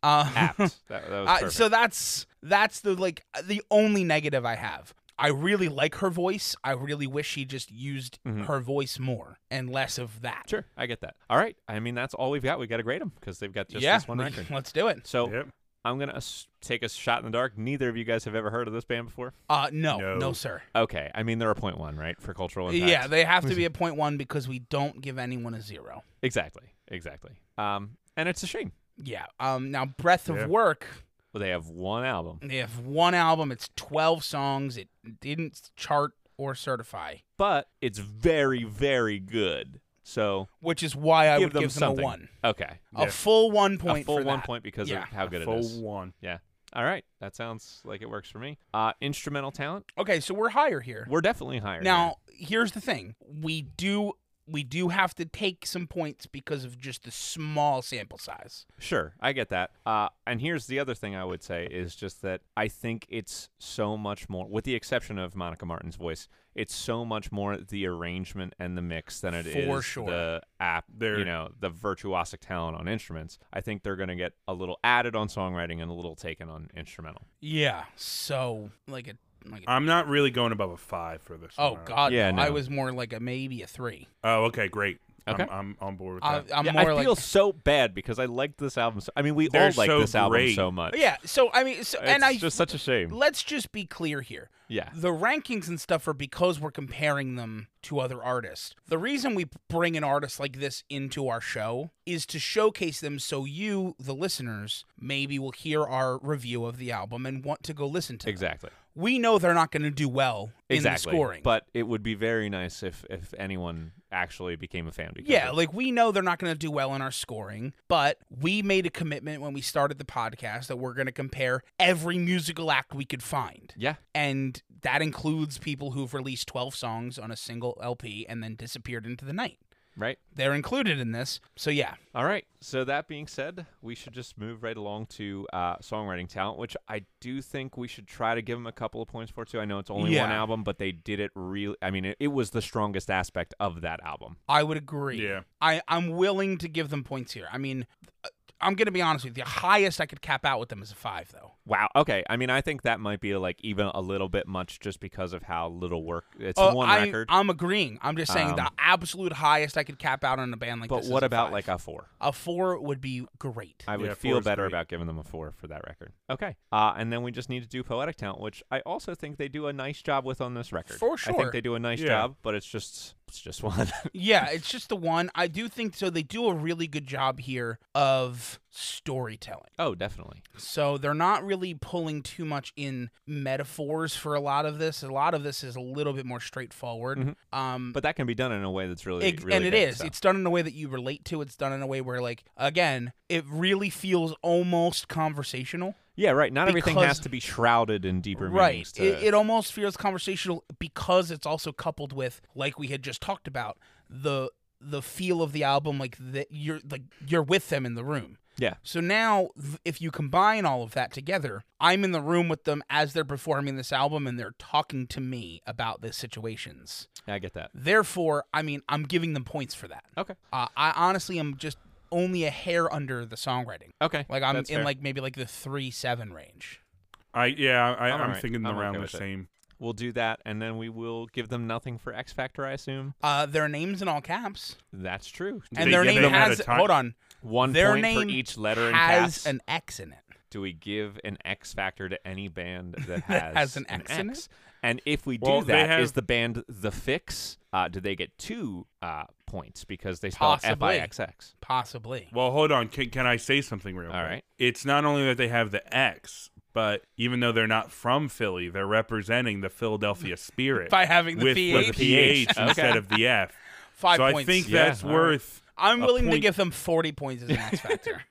A: um,
B: Apt. that, that was
A: uh,
B: perfect.
A: so that's that's the like the only negative I have. I really like her voice. I really wish she just used her voice more and less of that.
B: Mm-hmm. Sure, I get that. All right. I mean, that's all we've got. We got to grade them because they've got just
A: yeah,
B: this one
A: we-
B: record.
A: let's do it.
B: So
C: Yep.
B: I'm gonna s- take a shot in the dark. Neither of you guys have ever heard of this band before.
A: Uh, no, no,
C: No.
A: sir.
B: Okay. I mean, they're a point one, right, for cultural impact.
A: Yeah, they have to be a point one because we don't give anyone a zero.
B: exactly. Exactly. Um, and it's a shame.
A: Yeah. Um. Now, breadth of
C: Yeah.
A: work.
B: Well, they have one album,
A: They have one album. It's twelve songs. It didn't chart or certify,
B: but it's very, very good. So
A: which is why I
B: give
A: would
B: them
A: give them
B: something.
A: a one,
B: Okay.
A: a full one point.
B: a full
A: for
B: one
A: that.
B: point because
A: Yeah.
B: of how good it
C: Full
B: is.
C: one.
B: Yeah. All right. That sounds like it works for me. Uh, instrumental talent.
A: Okay, so we're higher here.
B: We're definitely higher.
A: Now, here's the thing. We do we do have to take some points because of just the small sample size.
B: Sure, I get that. Uh, and here's the other thing I would say is just that I think it's so much more, with the exception of Monica Martin's voice, it's so much more the arrangement and the mix than it is
A: For sure.
B: the app.
C: They're-
B: you know, the virtuosic talent on instruments. I think they're going to get a little added on songwriting and a little taken on instrumental.
A: Yeah. So like a like a,
C: I'm not really going above a five for this.
A: oh
C: one.
A: god,
B: Uh, Yeah,
A: no. I
B: no.
A: was more like a maybe a three.
C: Oh, okay, great.
B: Okay.
C: I'm, I'm on board with
A: I,
C: that.
A: I'm
B: Yeah,
A: more
B: I
A: like
B: feel so bad because I liked this album. So, I mean, we
C: They're
B: all like
C: so
B: this album
C: great.
B: so much.
A: yeah. So I mean, so,
B: It's
A: and I
B: just such a shame.
A: let's just be clear here.
B: Yeah.
A: The rankings and stuff are because we're comparing them to other artists. The reason we bring an artist like this into our show is to showcase them so you, the listeners, maybe will hear our review of the album and want to go listen to it.
B: Exactly.
A: We know they're not going to do well in the
B: exactly.
A: scoring.
B: But it would be very nice if if anyone actually became a fan. Because
A: Yeah,
B: of-
A: like we know they're not going to do well in our scoring, but we made a commitment when we started the podcast that we're going to compare every musical act we could find.
B: yeah,
A: And that includes people who've released 12 songs on a single LP and then disappeared into the night.
B: right.
A: They're included in this. So, yeah.
B: All right. So that being said, we should just move right along to uh, songwriting talent, which I do think we should try to give them a couple of points for too. I know it's only one
A: Yeah.
B: album, but they did it really. I mean, it, it was the strongest aspect of that album.
A: I would agree.
C: Yeah.
A: I, I'm willing to give them points here. I mean, uh, I'm going to be honest with you. The highest I could cap out with them is a five, though.
B: Wow. Okay. I mean, I think that might be like even a little bit much just because of how little work. It's
A: Oh,
B: one
A: I,
B: record. Um,
A: I'm agreeing. I'm just saying the absolute highest I could cap out on a band like
B: but
A: this.
B: what
A: is
B: about
A: a five.
B: like a four?
A: A four would be great.
B: I would
C: Yeah, four
B: feel
C: is
B: better
C: great.
B: about giving them a four for that record. Okay. Uh, and then we just need to do Poetic Talent, which I also think they do a nice job with on this record.
A: For
B: I
A: sure.
B: think they do a nice
C: Yeah.
B: job, but it's just it's just one.
A: yeah, it's just the one. I do think so. They do a really good job here of storytelling.
B: oh, definitely.
A: So they're not really pulling too much in metaphors for a lot of this. A lot of this is a little bit more straightforward. Um,
B: But that can be done in a way that's really,
A: Ex-
B: Mm-hmm. really
A: and it
B: good,
A: is.
B: so.
A: It's done in a way that you relate to. It's done in a way where, like, again, it really feels almost conversational.
B: yeah, right. Not everything
A: because-
B: has to be shrouded in deeper
A: Right.
B: meanings. To,
A: It, it almost feels conversational because it's also coupled with, like we had just talked about, the the feel of the album, like that you're like you're with them in the room.
B: yeah.
A: So now, th- if you combine all of that together, I'm in the room with them as they're performing this album and they're talking to me about the situations.
B: I get that.
A: Therefore, I mean, I'm giving them points for that.
B: Okay.
A: Uh, I honestly am just only a hair under the songwriting.
B: Okay.
A: Like I'm
B: That's
A: in
B: fair.
A: like maybe like the three seven range.
C: I yeah, I,
B: I'm
C: I'm,
B: alright.
C: thinking
B: I'm okay
C: around the
B: with it.
C: same.
B: We'll do that, and then we will give them nothing for X Factor. I assume
A: Uh, their names in all caps,
B: that's true.
A: and
C: They
A: their
C: give
A: name
C: them at
A: has
C: a time?
A: hold on.
B: One
A: their
B: point
A: name
B: for each letter in
A: has
B: cast.
A: an X in it.
B: do we give an X factor to any band that has,
A: That has an X in it?
B: And if we do
C: Well,
B: that,
C: they
B: is
C: have-
B: the band The Fix? Uh, do they get two uh, points because they spell F
A: Possibly.
B: I X X?
A: Possibly.
C: Well, hold on. Can, can I say something real
B: All
C: quick?
B: right.
C: It's not only that they have the X, but even though they're not from Philly, they're representing the Philadelphia spirit
A: By having the
C: with,
A: PH,
C: with the PH
B: Okay.
C: instead of the F.
A: five
C: so
A: points.
C: I think
B: Yeah,
C: that's
B: all right.
C: worth
A: I'm
C: a
A: willing to
C: point-
A: give them 40 points as an X factor.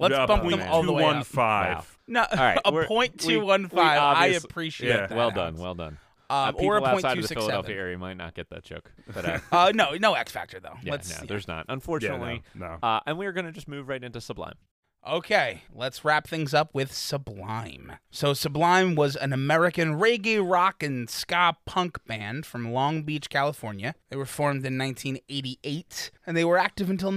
A: Let's
C: a
A: bump
C: point
A: them all the way up.
C: 215.
B: Wow.
A: No,
B: right,
A: a
B: we're-
A: point
B: we-
A: two one
B: we
A: five. I
B: obvious-
A: appreciate
C: yeah,
A: that.
B: well done,
A: Alex.
B: well done.
A: Um,
B: Uh, people
A: or a point
B: outside
A: two
B: of the
A: six
B: Philadelphia
A: seven.
B: area might not get that joke, but uh,
A: Uh, no, no X factor though.
B: yeah,
A: Let's
B: no,
A: see.
B: there's not, unfortunately.
C: no.
B: Uh, and we are going to just move right into Sublime.
A: Okay, let's wrap things up with Sublime. So, Sublime was an American reggae rock and ska punk band from Long Beach, California. They were formed in 1988 and they were active until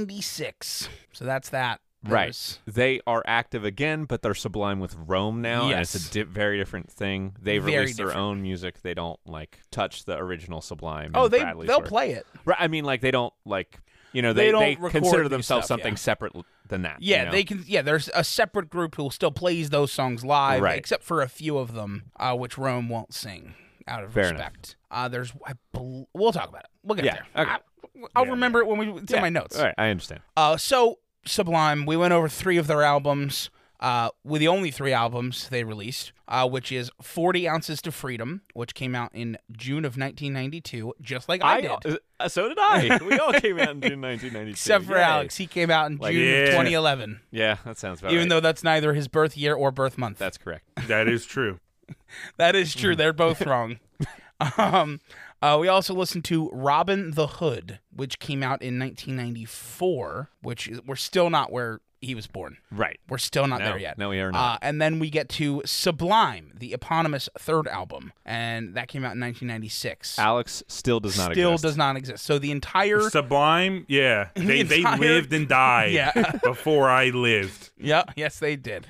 A: 1996. So, that's that. There's-
B: Right. They are active again, but they're Sublime with Rome now, and it's
A: Yes.
B: a di- very different thing. They
A: Very
B: release their
A: different.
B: own music. They don't like touch the original Sublime.
A: Oh,
B: and
A: they
B: Bradley's
A: they'll
B: work.
A: play it.
B: Right, I mean, like they don't like you know
A: They
B: they,
A: don't
B: they,
A: record
B: consider
A: new
B: themselves
A: stuff,
B: something
A: yeah.
B: separate l- than that.
A: Yeah,
B: you know?
A: they can. Yeah, there's a separate group who still plays those songs live,
B: Right.
A: except for a few of them, uh, which Rome won't sing out of
B: Fair enough.
A: respect. Uh, there's, I bel we'll talk about it. We'll get
B: Yeah,
A: there.
B: okay.
A: I, I'll remember it when we it's
B: Yeah,
A: in my notes.
B: All right, I understand.
A: Uh, so Sublime, we went over three of their albums. Uh, with the only three albums they released, uh, which is 40 Ounces to Freedom, which came out in June of 1992, just like I, did.
B: uh, so did I. we all came out in June 1992.
A: Except for
B: Yay.
A: Alex, he came out in
B: Like-
A: June of
C: Yeah.
A: 2011,
B: Yeah, that sounds about
A: even
B: right.
A: though that's neither his birth year or birth month.
B: that's correct.
C: that is true.
B: Mm.
A: That is true. They're both wrong. Um, Uh, we also listened to Robin the Hood, which came out in 1994, which is, we're still not where he was born.
B: Right.
A: We're still not
B: No,
A: there yet.
B: no, we are
A: Uh, and then we get to Sublime, the eponymous third album, and that came out in 1996.
B: Alex still does not
A: still
B: exist.
A: does not exist. So the entire
C: Sublime, yeah. They, they
A: entire-
C: lived and died
A: Yeah.
C: before I lived.
A: Yeah, yes, they did.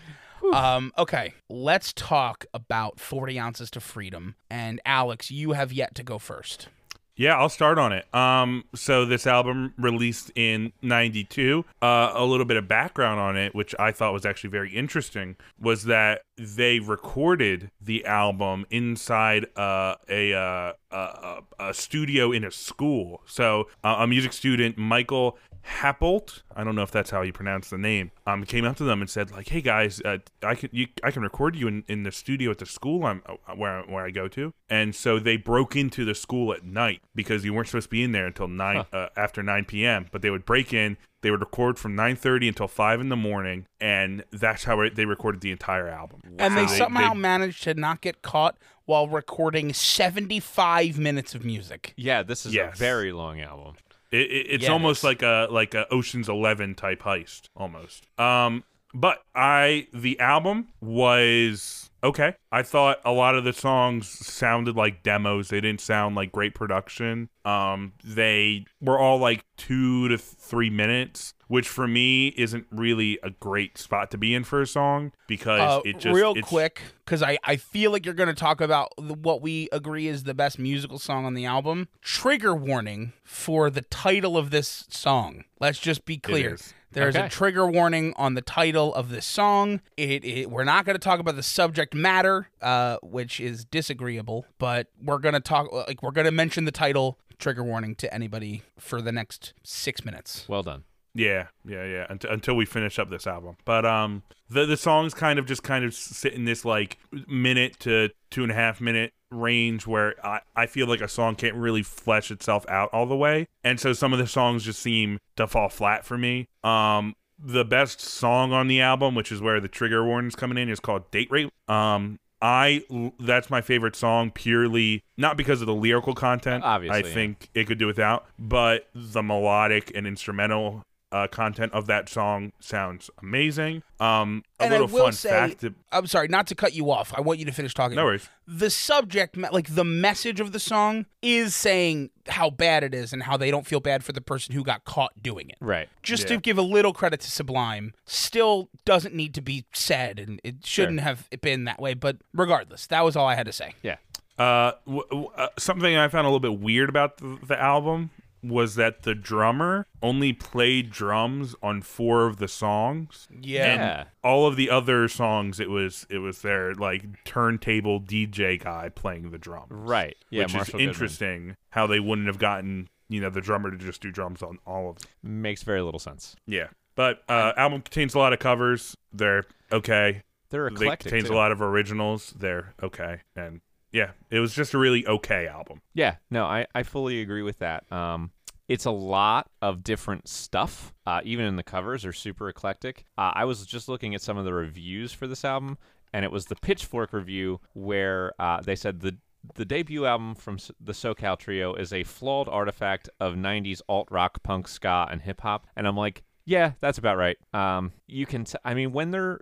A: Um, okay, let's talk about 40 ounces to freedom. And Alex, you have yet to go first.
C: Yeah, I'll start on it. Um, so this album released in '92. Uh, a little bit of background on it, which I thought was actually very interesting, was that they recorded the album inside uh, a, uh, a, a a studio in a school. So uh, a music student, Michael Happolt, I don't know if that's how you pronounce the name, um, came up to them and said, like, "Hey guys, uh, I can you, I can record you in, in the studio at the school I'm uh, where where I go to." And so they broke into the school at night because you weren't supposed to be in there until nine uh, after nine p.m. But they would break in. They would record from nine thirty until five in the morning, and that's how it, they recorded the entire album.
A: And they
C: So
A: somehow managed to not get caught while recording 75 minutes of music.
B: Yeah, this is a
C: Yes.
B: very long album.
C: It, it, it's
A: Yeah, it
C: almost
A: is.
C: like a like a Ocean's Eleven type heist, almost. Um, but I the album was okay. I thought a lot of the songs sounded like demos. They didn't sound like great production. Um, they were all like two to three minutes, which for me isn't really a great spot to be in for a song because
A: Uh,
C: it just
A: real
C: it's-
A: quick, because I, I feel like you're going to talk about the- what we agree is the best musical song on the album. Trigger warning for the title of this song. Let's just be clear.
C: is.
A: There's
B: Okay.
A: a trigger warning on the title of this song. It, it we're not going to talk about the subject matter, uh, which is disagreeable, but we're going to talk like we're going to mention the title. Trigger warning to anybody for the next six minutes.
B: Well done.
C: Yeah, yeah, yeah. Until, until we finish up this album, but um, the the songs kind of just kind of sit in this like minute to two and a half minute range where I, I feel like a song can't really flesh itself out all the way, and so some of the songs just seem to fall flat for me. Um, the best song on the album, which is where the trigger warning's coming in, is called "Date Rape." Um, I that's my favorite song purely not because of the lyrical content.
B: Obviously,
C: I
B: yeah.
C: think it could do without, but the melodic and instrumental uh, content of that song sounds amazing. Um, a
A: And I
C: little
A: will
C: fun
A: say-
C: fact. To,
A: I'm sorry, not to cut you off. I want you to finish talking.
C: no worries.
A: the subject ma- like the message of the song is saying how bad it is and how they don't feel bad for the person who got caught doing it
B: Right.
A: just
C: Yeah.
A: to give a little credit to sublime still doesn't need to be said and it shouldn't have been that way but regardless that was all i had to say
B: Yeah.
C: Uh, w- w- uh, something I found a little bit weird about the, the album was that the drummer only played drums on four of the songs.
A: yeah
B: Yeah.
C: All of the other songs, it was it was their like turntable DJ guy playing the drums.
B: Right. Yeah.
C: which
B: Marshall
C: is
B: Goodman.
C: interesting. How they wouldn't have gotten you know the drummer to just do drums on all of them.
B: Makes very little sense.
C: Yeah, but uh, album contains a lot of covers. They're okay.
B: They're
C: They
B: eclectic.
C: contains
B: too.
C: a lot of originals. They're okay. And yeah, it was just a really okay album.
B: Yeah, no, I, I fully agree with that. Um, it's a lot of different stuff. Uh, even in the covers are super eclectic. Uh, I was just looking at some of the reviews for this album, and it was the Pitchfork review where uh, they said the the debut album from S- the SoCal trio is a flawed artifact of '90s alt rock, punk, ska, and hip hop. And I'm like, yeah, that's about right. Um, you can, t- I mean, when they're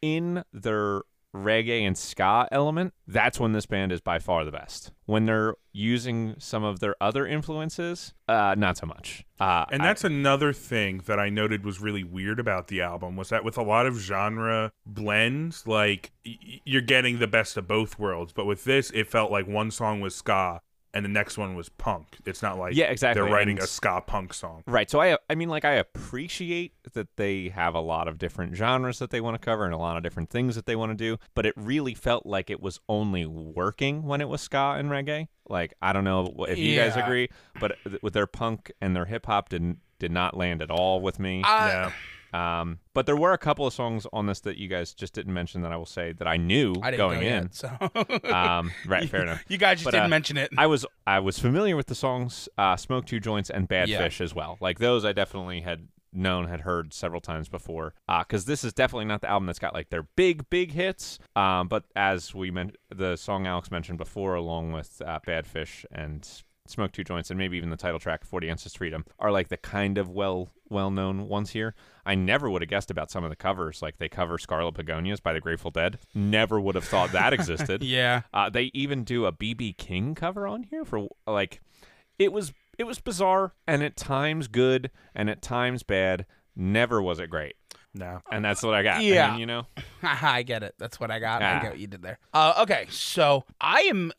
B: in their reggae and ska element, that's when this band is by far the best. When they're using some of their other influences, uh, not so much. Uh,
C: And
B: I-
C: that's another thing that I noted was really weird about the album was that with a lot of genre blends, like y- y- you're getting the best of both worlds. But with this, it felt like one song was ska and the next one was punk. It's not like
B: Yeah, exactly,
C: they're writing
B: and-
C: a ska punk song.
B: Right. So I I mean like I appreciate that they have a lot of different genres that they want to cover and a lot of different things that they want to do, but it really felt like it was only working when it was ska and reggae. Like I don't know wh- if you guys
A: Yeah.
B: agree, but th- with their punk and their hip hop didn't did not land at all with me.
A: Uh,
C: yeah.
B: um, but there were a couple of songs on this that you guys just didn't mention that I will say that I knew
A: i didn't
B: going
A: know
B: in.
A: yet, so
B: um, right, fair enough.
A: you guys just
B: But,
A: didn't
B: uh,
A: mention it
B: I was I was familiar with the songs uh, "Smoke Two Joints" and "Bad
A: Yeah.
B: Fish" as well. Like those, I definitely had known, had heard several times before. Because this is definitely not the album that's got like their big, big hits. Um, but as we meant, the song Alex mentioned before, along with uh, "Bad Fish" and Smoke Two Joints, and maybe even the title track, Forty Ounces to Freedom, are like the kind of well well known ones here. I never would have guessed about some of the covers, like they cover Scarlet Begonias by the Grateful Dead. Never would have thought that existed.
A: Yeah.
B: Uh, they even do a BB King cover on here for like, it was it was bizarre and at times good and at times bad. Never was it great,
C: No.
B: and that's what I got. I
A: Yeah.
B: mean, you know,
A: Haha, I get it. That's what I got. I
B: Ah.
A: get what you did there. Uh, okay, so I am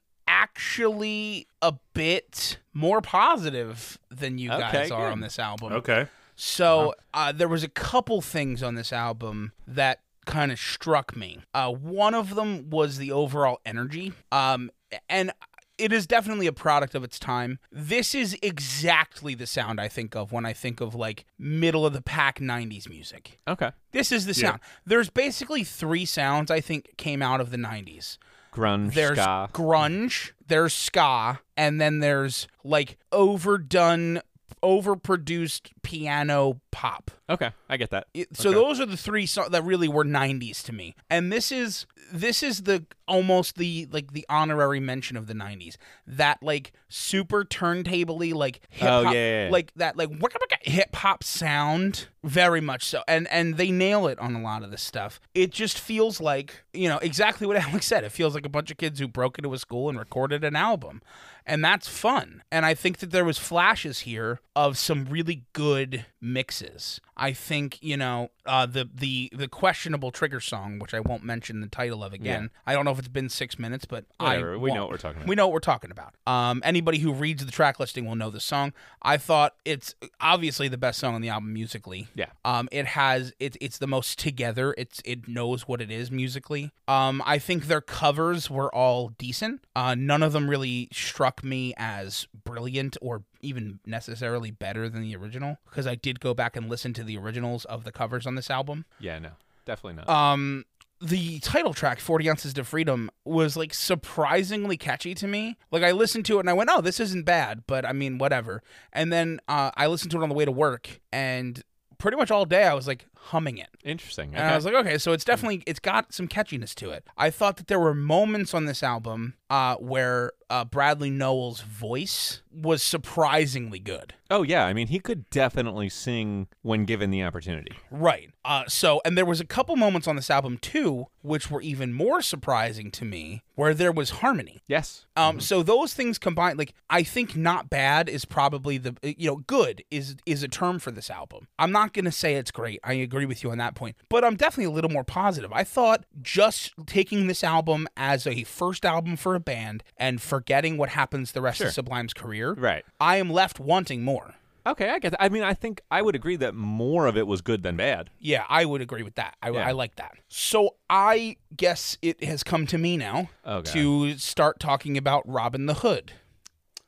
A: actually a bit more positive than you
B: Okay,
A: guys are
B: good. Uh-huh.
A: on this album.
C: Okay.
A: So uh, there was a couple things on this album that kind of struck me. Uh, one of them was the overall energy, um, and it is definitely a product of its time. This is exactly the sound I think of when I think of like middle of the pack '90s music.
B: okay,
A: This is the
C: Yeah.
A: sound. There's basically three sounds I think came out of the 90s.
B: grunge,
A: There's
B: ska.
A: grunge, there's ska, and then there's like overdone, overproduced piano pop.
B: Okay, I get that.
A: It- so those are the three so- that really were 90s to me. And this is this is the almost the like the honorary mention of the 90s. That like super turntabley like hip hop
B: Oh, yeah, yeah, yeah.
A: like that like wicka wicka hip hop sound very much so. And and they nail it on a lot of this stuff. It just feels like, you know, exactly what Alex said. It feels like a bunch of kids who broke into a school and recorded an album. And that's fun. And I think that there was flashes here of some really good mixes. I think you know uh, the the the questionable trigger song, which I won't mention the title of again. I don't know if it's been six minutes, but I
B: Whatever, we know
A: won't.
B: what we're talking about.
A: We know what we're talking about. Um, anybody who reads the track listing will know the song. I thought it's obviously the best song on the album musically.
B: Yeah.
A: Um, it has it, it's the most together. It's it knows what it is musically. Um, I think their covers were all decent. Uh, none of them really struck me as brilliant or even necessarily better than the original because I did go back and listen to the originals of the covers on this album.
B: Yeah, no, definitely not.
A: Um, the title track, 40 Ounces to Freedom, was like surprisingly catchy to me. Like, I listened to it and I went, oh, this isn't bad, but I mean, whatever. And then uh, I listened to it on the way to work and pretty much all day I was like humming it.
B: Interesting. Okay.
A: And I was like, okay, so it's definitely it's got some catchiness to it. I thought that there were moments on this album uh, where uh, Bradley Knowles' voice was surprisingly good.
B: oh yeah, I mean he could definitely sing when given the opportunity.
A: Right. Uh, so, and there was a couple moments on this album too, which were even more surprising to me, where there was harmony.
B: Yes.
A: Um, so those things combined, like I think not bad is probably the eh, you know good is is a term for this album. I'm not gonna say it's great. I agree with you on that point, but I'm definitely a little more positive. I thought just taking this album as a first album for a band and forgetting what happens the rest
B: Sure.
A: of Sublime's career,
B: Right.
A: I am left wanting more.
B: Okay, I get that. I mean, I think I would agree that more of it was good than bad.
A: Yeah, I would agree with that. I,
B: Yeah.
A: I like that. So I guess it has come to me now
B: Oh, God.
A: to start talking about Robin the Hood.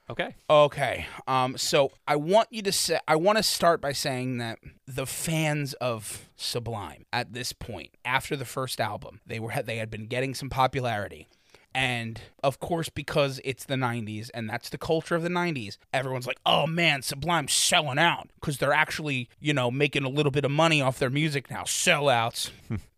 B: Okay.
A: Okay. Um. So I want you to say I want to start by saying that the fans of Sublime at this point, after the first album, they were they had been getting some popularity. And of course, because it's the 90s and that's the culture of the 90s, everyone's like, oh man, Sublime's selling out because they're actually, you know, making a little bit of money off their music now. Sellouts.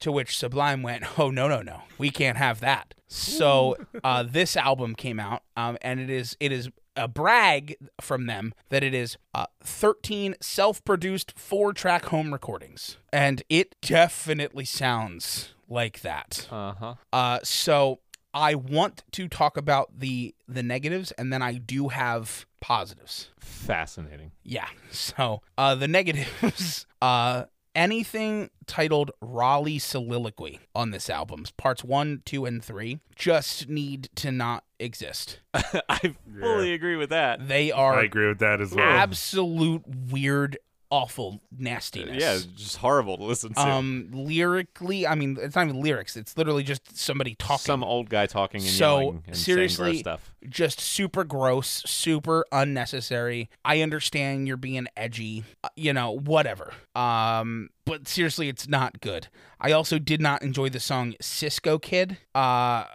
A: to which Sublime went, oh, no, no, no. We can't have that. So uh, this album came out um, and it is, it is a brag from them that it is uh, 13 self-produced four-track home recordings and it definitely sounds like that
B: Uh huh.
A: uh, so i want to talk about the the negatives and then i do have positives
B: Fascinating.
A: yeah so uh, the negatives uh, anything titled raleigh soliloquy on this album parts one two and three just need to not exist
B: I fully agree with that.
A: they are
C: I agree with that as well.
A: absolute weird, awful nastiness.
B: Yeah, it's just horrible to listen to.
A: Um, lyrically, I mean, it's not even lyrics. It's literally just somebody talking.
B: Some old guy talking and
A: So,
B: yelling and saying
A: seriously-
B: gross stuff.
A: just super gross, super unnecessary. I understand you're being edgy, uh, you know, whatever. Um, but seriously, it's not good. I also did not enjoy the song Cisco Kid. Uh,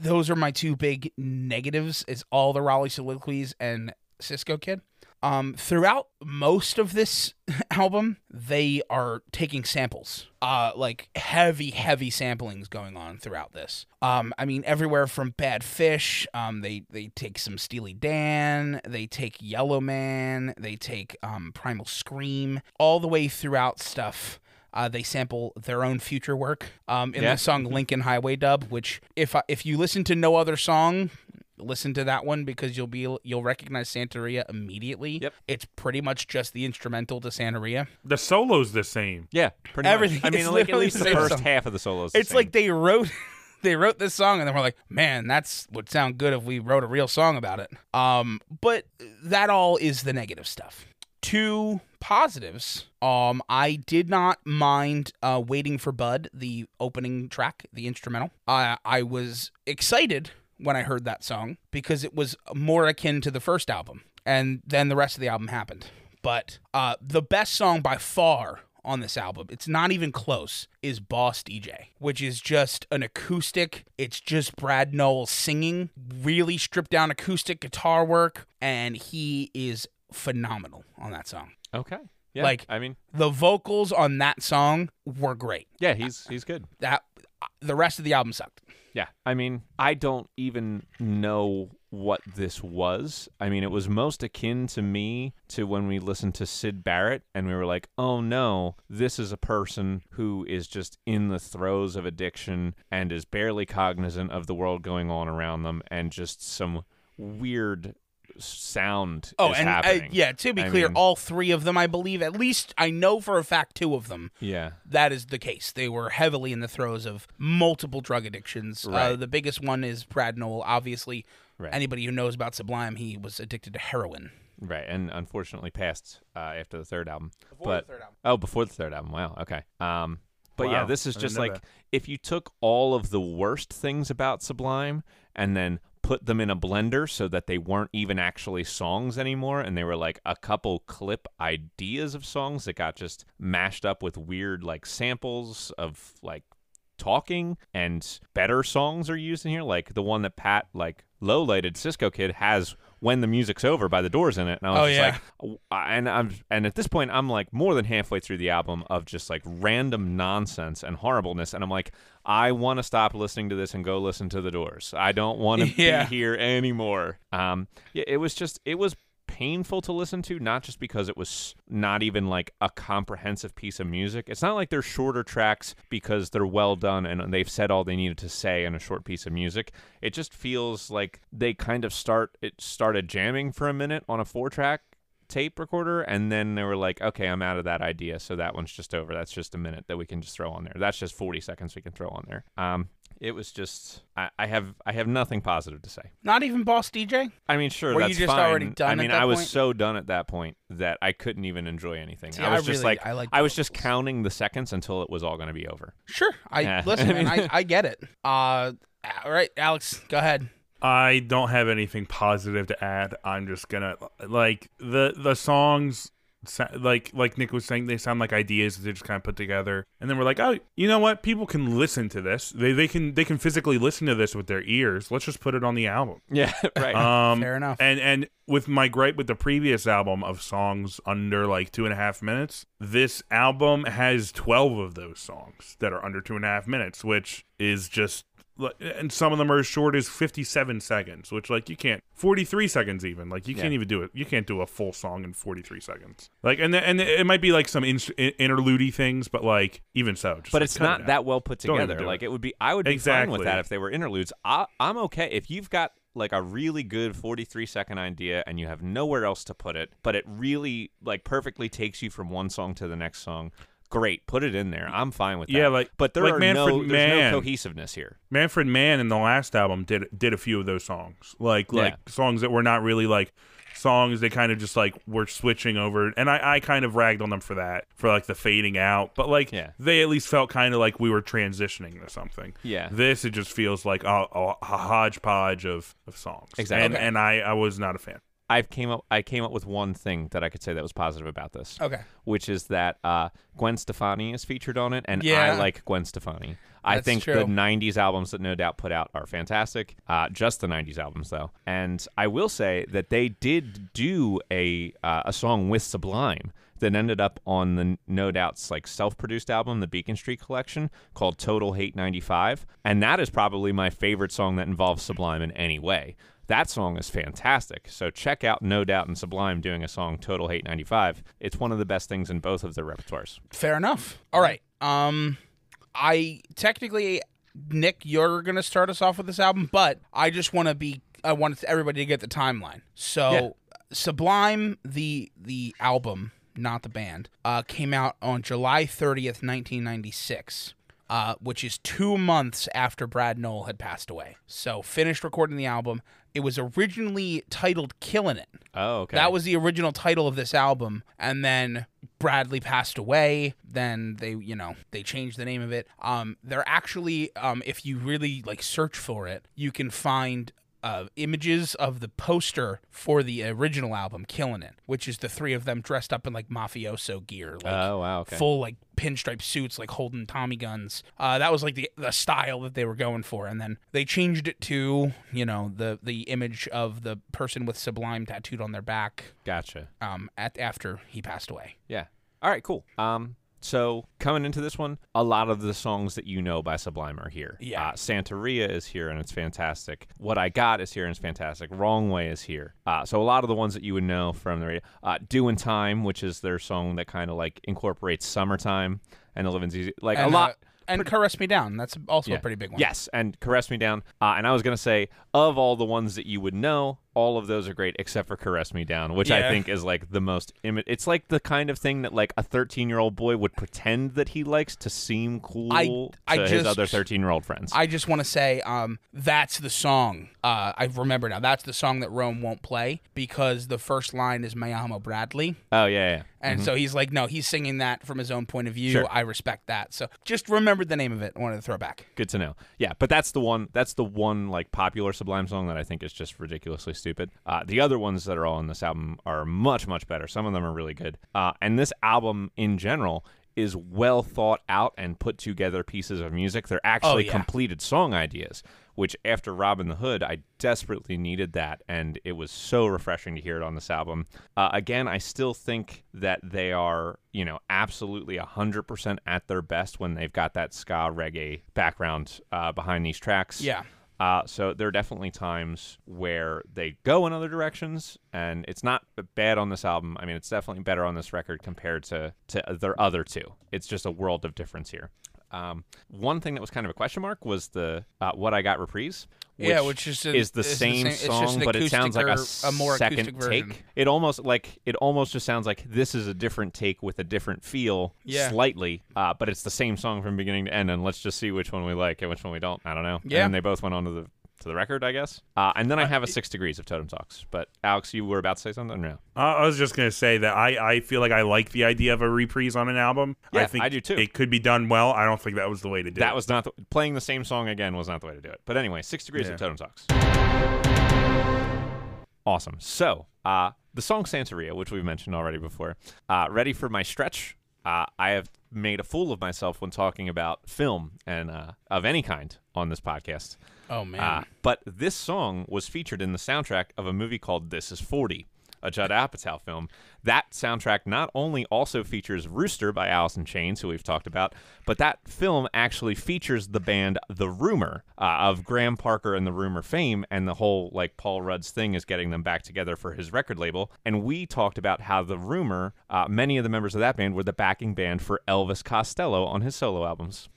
A: those are my two big negatives. Is all the Raleigh soliloquies and Cisco Kid. Um, throughout most of this album, they are taking samples, uh, like heavy, heavy samplings going on throughout this. Um, I mean, everywhere from Bad Fish, um, they they take some Steely Dan, they take Yellow Man, they take um, Primal Scream, all the way throughout stuff. Uh, they sample their own future work um, in
B: Yeah.
A: the song Lincoln Highway Dub, which if I, if you listen to no other song, listen to that one because you'll be you'll recognize Santeria immediately.
B: Yep.
A: It's pretty much just the instrumental to Santeria.
C: The solo's the same.
B: Yeah, pretty much.
A: Everything
B: I mean,
A: is
B: like, at
A: literally
B: least
A: the
B: the
A: same
B: first
A: song.
B: half of the solos.
A: It's like they wrote they wrote this song and then we're like, man, that's would sound good if we wrote a real song about it. Um, but that all is the negative stuff. Two positives. Um, I did not mind uh, waiting for Bud, the opening track, the instrumental. I I was excited when I heard that song because it was more akin to the first album, and then the rest of the album happened. But uh, the best song by far on this album, it's not even close, is Boss DJ, which is just an acoustic. It's just Brad Noel singing, really stripped down acoustic guitar work, and he is phenomenal on that song.
B: okay. Yeah,
A: like-
B: I mean,
A: The vocals on that song were great.
B: yeah, he's he's good.
A: That the rest of the album sucked.
B: Yeah. I mean, I don't even know what this was. I mean, it was most akin to me to when we listened to Sid Barrett and we were like, oh no, this is a person who is just in the throes of addiction and is barely cognizant of the world going on around them and just some weird sound
A: Oh,
B: is
A: and I,
B: happening.
A: yeah, to be
B: I
A: clear,
B: mean-
A: all three of them, I believe, at least I know for a fact two of them
B: Yeah.
A: that is the case. They were heavily in the throes of multiple drug addictions. Uh,
B: Right.
A: the biggest one is Brad Noel. Obviously,
B: Right.
A: anybody who knows about Sublime, he was addicted to heroin.
B: Right, and unfortunately passed uh, after the third album. Before
A: the
B: but,
A: third album.
B: Oh, before the third album. Wow. Okay. Um, but yeah,
C: Wow,
B: this is
C: I didn't
B: just
C: know
B: like
C: that.
B: if you took all of the worst things about Sublime and then put them in a blender so that they weren't even actually songs anymore, and they were like a couple clip ideas of songs that got just mashed up with weird like samples of like talking and better songs are used in here like the one that pat like low lighted cisco kid has when the music's over by the doors in it and i was
A: Oh,
B: just
A: yeah.
B: like w- and I'm and at this point I'm like more than halfway through the album of just like random nonsense and horribleness and I'm like I want to stop listening to this and go listen to the Doors. I don't want to
A: Yeah.
B: be here anymore. Um yeah, it was just it was painful to listen to not just because it was not even like a comprehensive piece of music. It's not like they're shorter tracks because they're well done and they've said all they needed to say in a short piece of music. It just feels like they kind of start it started jamming for a minute on a four track tape recorder and then they were like okay i'm out of that idea so that one's just over that's just a minute that we can just throw on there that's just 40 seconds we can throw on there um it was just I, I have i have nothing positive to say
A: Not even Boss DJ.
B: i mean sure
A: Were you
B: that's
A: just
B: fine.
A: already done
B: i
A: at
B: mean
A: that
B: i was
A: point?
B: so done at that point that i couldn't even enjoy anything
A: See,
B: i
A: I
B: was just
A: really-
B: like
A: I liked
B: was just
A: vocals.
B: counting the seconds until it was all going to be over
A: Sure, I
B: Yeah.
A: listen. man, I, I get it. Uh, all right, Alex, go ahead.
C: I don't have anything positive to add. I'm just gonna like the the songs. sa- Like like Nick was saying, they sound like ideas that they just kind of put together, and then we're like, oh, you know what? People can listen to this. They they can they can physically listen to this with their ears. Let's just put it on the album.
B: yeah right
C: Um,
A: Fair enough.
C: And and with my gripe with the previous album of songs under like two and a half minutes, this album has twelve of those songs that are under two and a half minutes, which is just like- and some of them are as short as 57 seconds which like you can't 43 seconds even like you can't
B: Yeah.
C: even do it you can't do a full song in 43 seconds like and the, and it might be like some in, interludey things but like even so just
B: but
C: like,
B: it's
C: cut it
B: not
C: out.
B: that well put
C: Don't even
B: together.
C: do
B: Like
C: it.
B: it would be, I would be fine with that
C: Exactly.
B: if they were interludes. I, I'm okay if you've got like a really good 43 second idea and you have nowhere else to put it, but it really like perfectly takes you from one song to the next song. Great, put it in there. I'm fine with that.
C: Yeah, like-
B: but there
C: like
B: are
C: Manfred
B: no, there's
C: Mann.
B: no cohesiveness here.
C: Manfred Mann in the last album did did a few of those songs, like
B: Yeah.
C: like songs that were not really like songs. They kind of just like were switching over, and I I kind of ragged on them for that for like the fading out, but like
B: Yeah.
C: they at least felt kind of like we were transitioning to something.
B: Yeah.
C: this it just feels like a, a, a hodgepodge of of songs.
B: Exactly.
C: and, and I I was not a fan.
B: I've came up I came up with one thing that I could say that was positive about this.
A: Okay.
B: Which is that uh, Gwen Stefani is featured on it, and
A: Yeah.
B: I like Gwen Stefani. I
A: That's
B: think
A: true.
B: the '90s albums that No Doubt put out are fantastic. Uh, just the '90s albums, though, and I will say that they did do a uh, a song with Sublime that ended up on the No Doubt's like self-produced album, the Beacon Street Collection, called Total Hate '95, and that is probably my favorite song that involves Sublime in any way. That song is fantastic. So check out No Doubt and Sublime doing a song Total Hate 95. It's one of the best things in both of their repertoires.
A: Fair enough. All right. Um, I technically, Nick, you're gonna start us off with this album, but I just want to be. I want everybody to get the timeline. So, Sublime, the the album, not the band, uh, came out on July 30th, 1996. Uh, which is two months after Brad Knoll had passed away. So, finished recording the album. It was originally titled Killin' It.
B: Oh, okay.
A: That was the original title of this album, and then Bradley passed away. Then they, you know, they changed the name of it. Um, they're actually, um, if you really like search for it, you can find uh, images of the poster for the original album, "Killing It," which is the three of them dressed up in like mafioso gear, like
B: Oh, wow. Okay.
A: full like pinstripe suits, like holding Tommy guns. Uh, that was like the the style that they were going for, and then they changed it to you know the the image of the person with Sublime tattooed on their back.
B: gotcha.
A: Um, at after he passed away.
B: Yeah. All right, cool. Um, so coming into this one, a lot of the songs that you know by Sublime are here.
A: Yeah.
B: Uh, Santeria is here and it's fantastic. What I Got is here and it's fantastic. Wrong Way is here. Uh, so a lot of the ones that you would know from the radio. Uh, Doing Time, which is their song that kind of like incorporates summertime and the living's easy. Like
A: And,
B: a lot.
A: uh, and caress me down. That's also a
B: Yeah.
A: pretty big one.
B: Yes, and Caress Me Down. Uh, and I was going to say, of all the ones that you would know, all of those are great except for Caress Me Down, which I
A: Yeah.
B: think is like the most. Imi- it's like the kind of thing that like a 13 year old boy would pretend that he likes to seem cool
A: I-
B: to
A: I
B: his
A: just-
B: other 13 year old friends.
A: I just want to say, um, that's the song. Uh, I remember now. That's the song that Rome won't play because the first line is Mayamo Bradley.
B: oh, yeah, yeah.
A: And so he's like, no, he's singing that from his own point of view.
B: Sure.
A: I respect that. So just remembered the name of it. I wanted to throw back.
B: Good to know. Yeah, but that's the one. That's the one like popular Sublime song that I think is just ridiculously stupid. Uh, the other ones that are all on this album are much much better. Some of them are really good. Uh, and this album in general is well thought out and put together pieces of music. They're actually
A: yeah.
B: completed song ideas. Which after Robin the Hood, I desperately needed that, and it was so refreshing to hear it on this album. Uh, again, I still think that they are, you know, absolutely 100% at their best when they've got that ska reggae background uh, behind these tracks.
A: Yeah.
B: Uh, so there are definitely times where they go in other directions, and it's not bad on this album. I mean, it's definitely better on this record compared to to their other two. It's just a world of difference here. Um, one thing that was kind of a question mark was the uh, "What I Got" reprise.
A: Yeah, which is a-
B: is the
A: it's the
B: same
A: same- it's just
B: song,
A: an
B: but it sounds like a,
A: acoustic or a more
B: second
A: acoustic version.
B: take. It almost like it almost just sounds like this is a different take with a different feel,
A: Yeah.
B: slightly. Uh, but it's the same song from beginning to end, and let's just see which one we like and which one we don't. I don't know.
A: Yeah.
B: And then they both went on to the to the record, I guess. Uh, and then I have a six degrees of Totem Talks. But Alex, you were about to say something? No.
C: I I was just gonna say that I, I feel like I like the idea of a reprise on an album.
B: Yeah,
C: I think
B: I do too.
C: It could be done well. I don't think that was the way to do it.
B: That was not the, playing the same song again was not the way to do it. But anyway, six degrees
C: Yeah.
B: of Totem Talks. Awesome. So uh, the song Santeria, which we've mentioned already before, uh, ready for my stretch. Uh, I have made a fool of myself when talking about film and uh, of any kind on this podcast.
A: Oh, man.
B: Uh, but this song was featured in the soundtrack of a movie called This Is 40, a Judd Apatow film. That soundtrack not only also features Rooster by Alice in Chains, who we've talked about, but that film actually features the band The Rumor uh, of Graham Parker and The Rumor fame, and the whole like Paul Rudd's thing is getting them back together for his record label. And we talked about how The Rumor, uh, many of the members of that band were the backing band for Elvis Costello on his solo albums.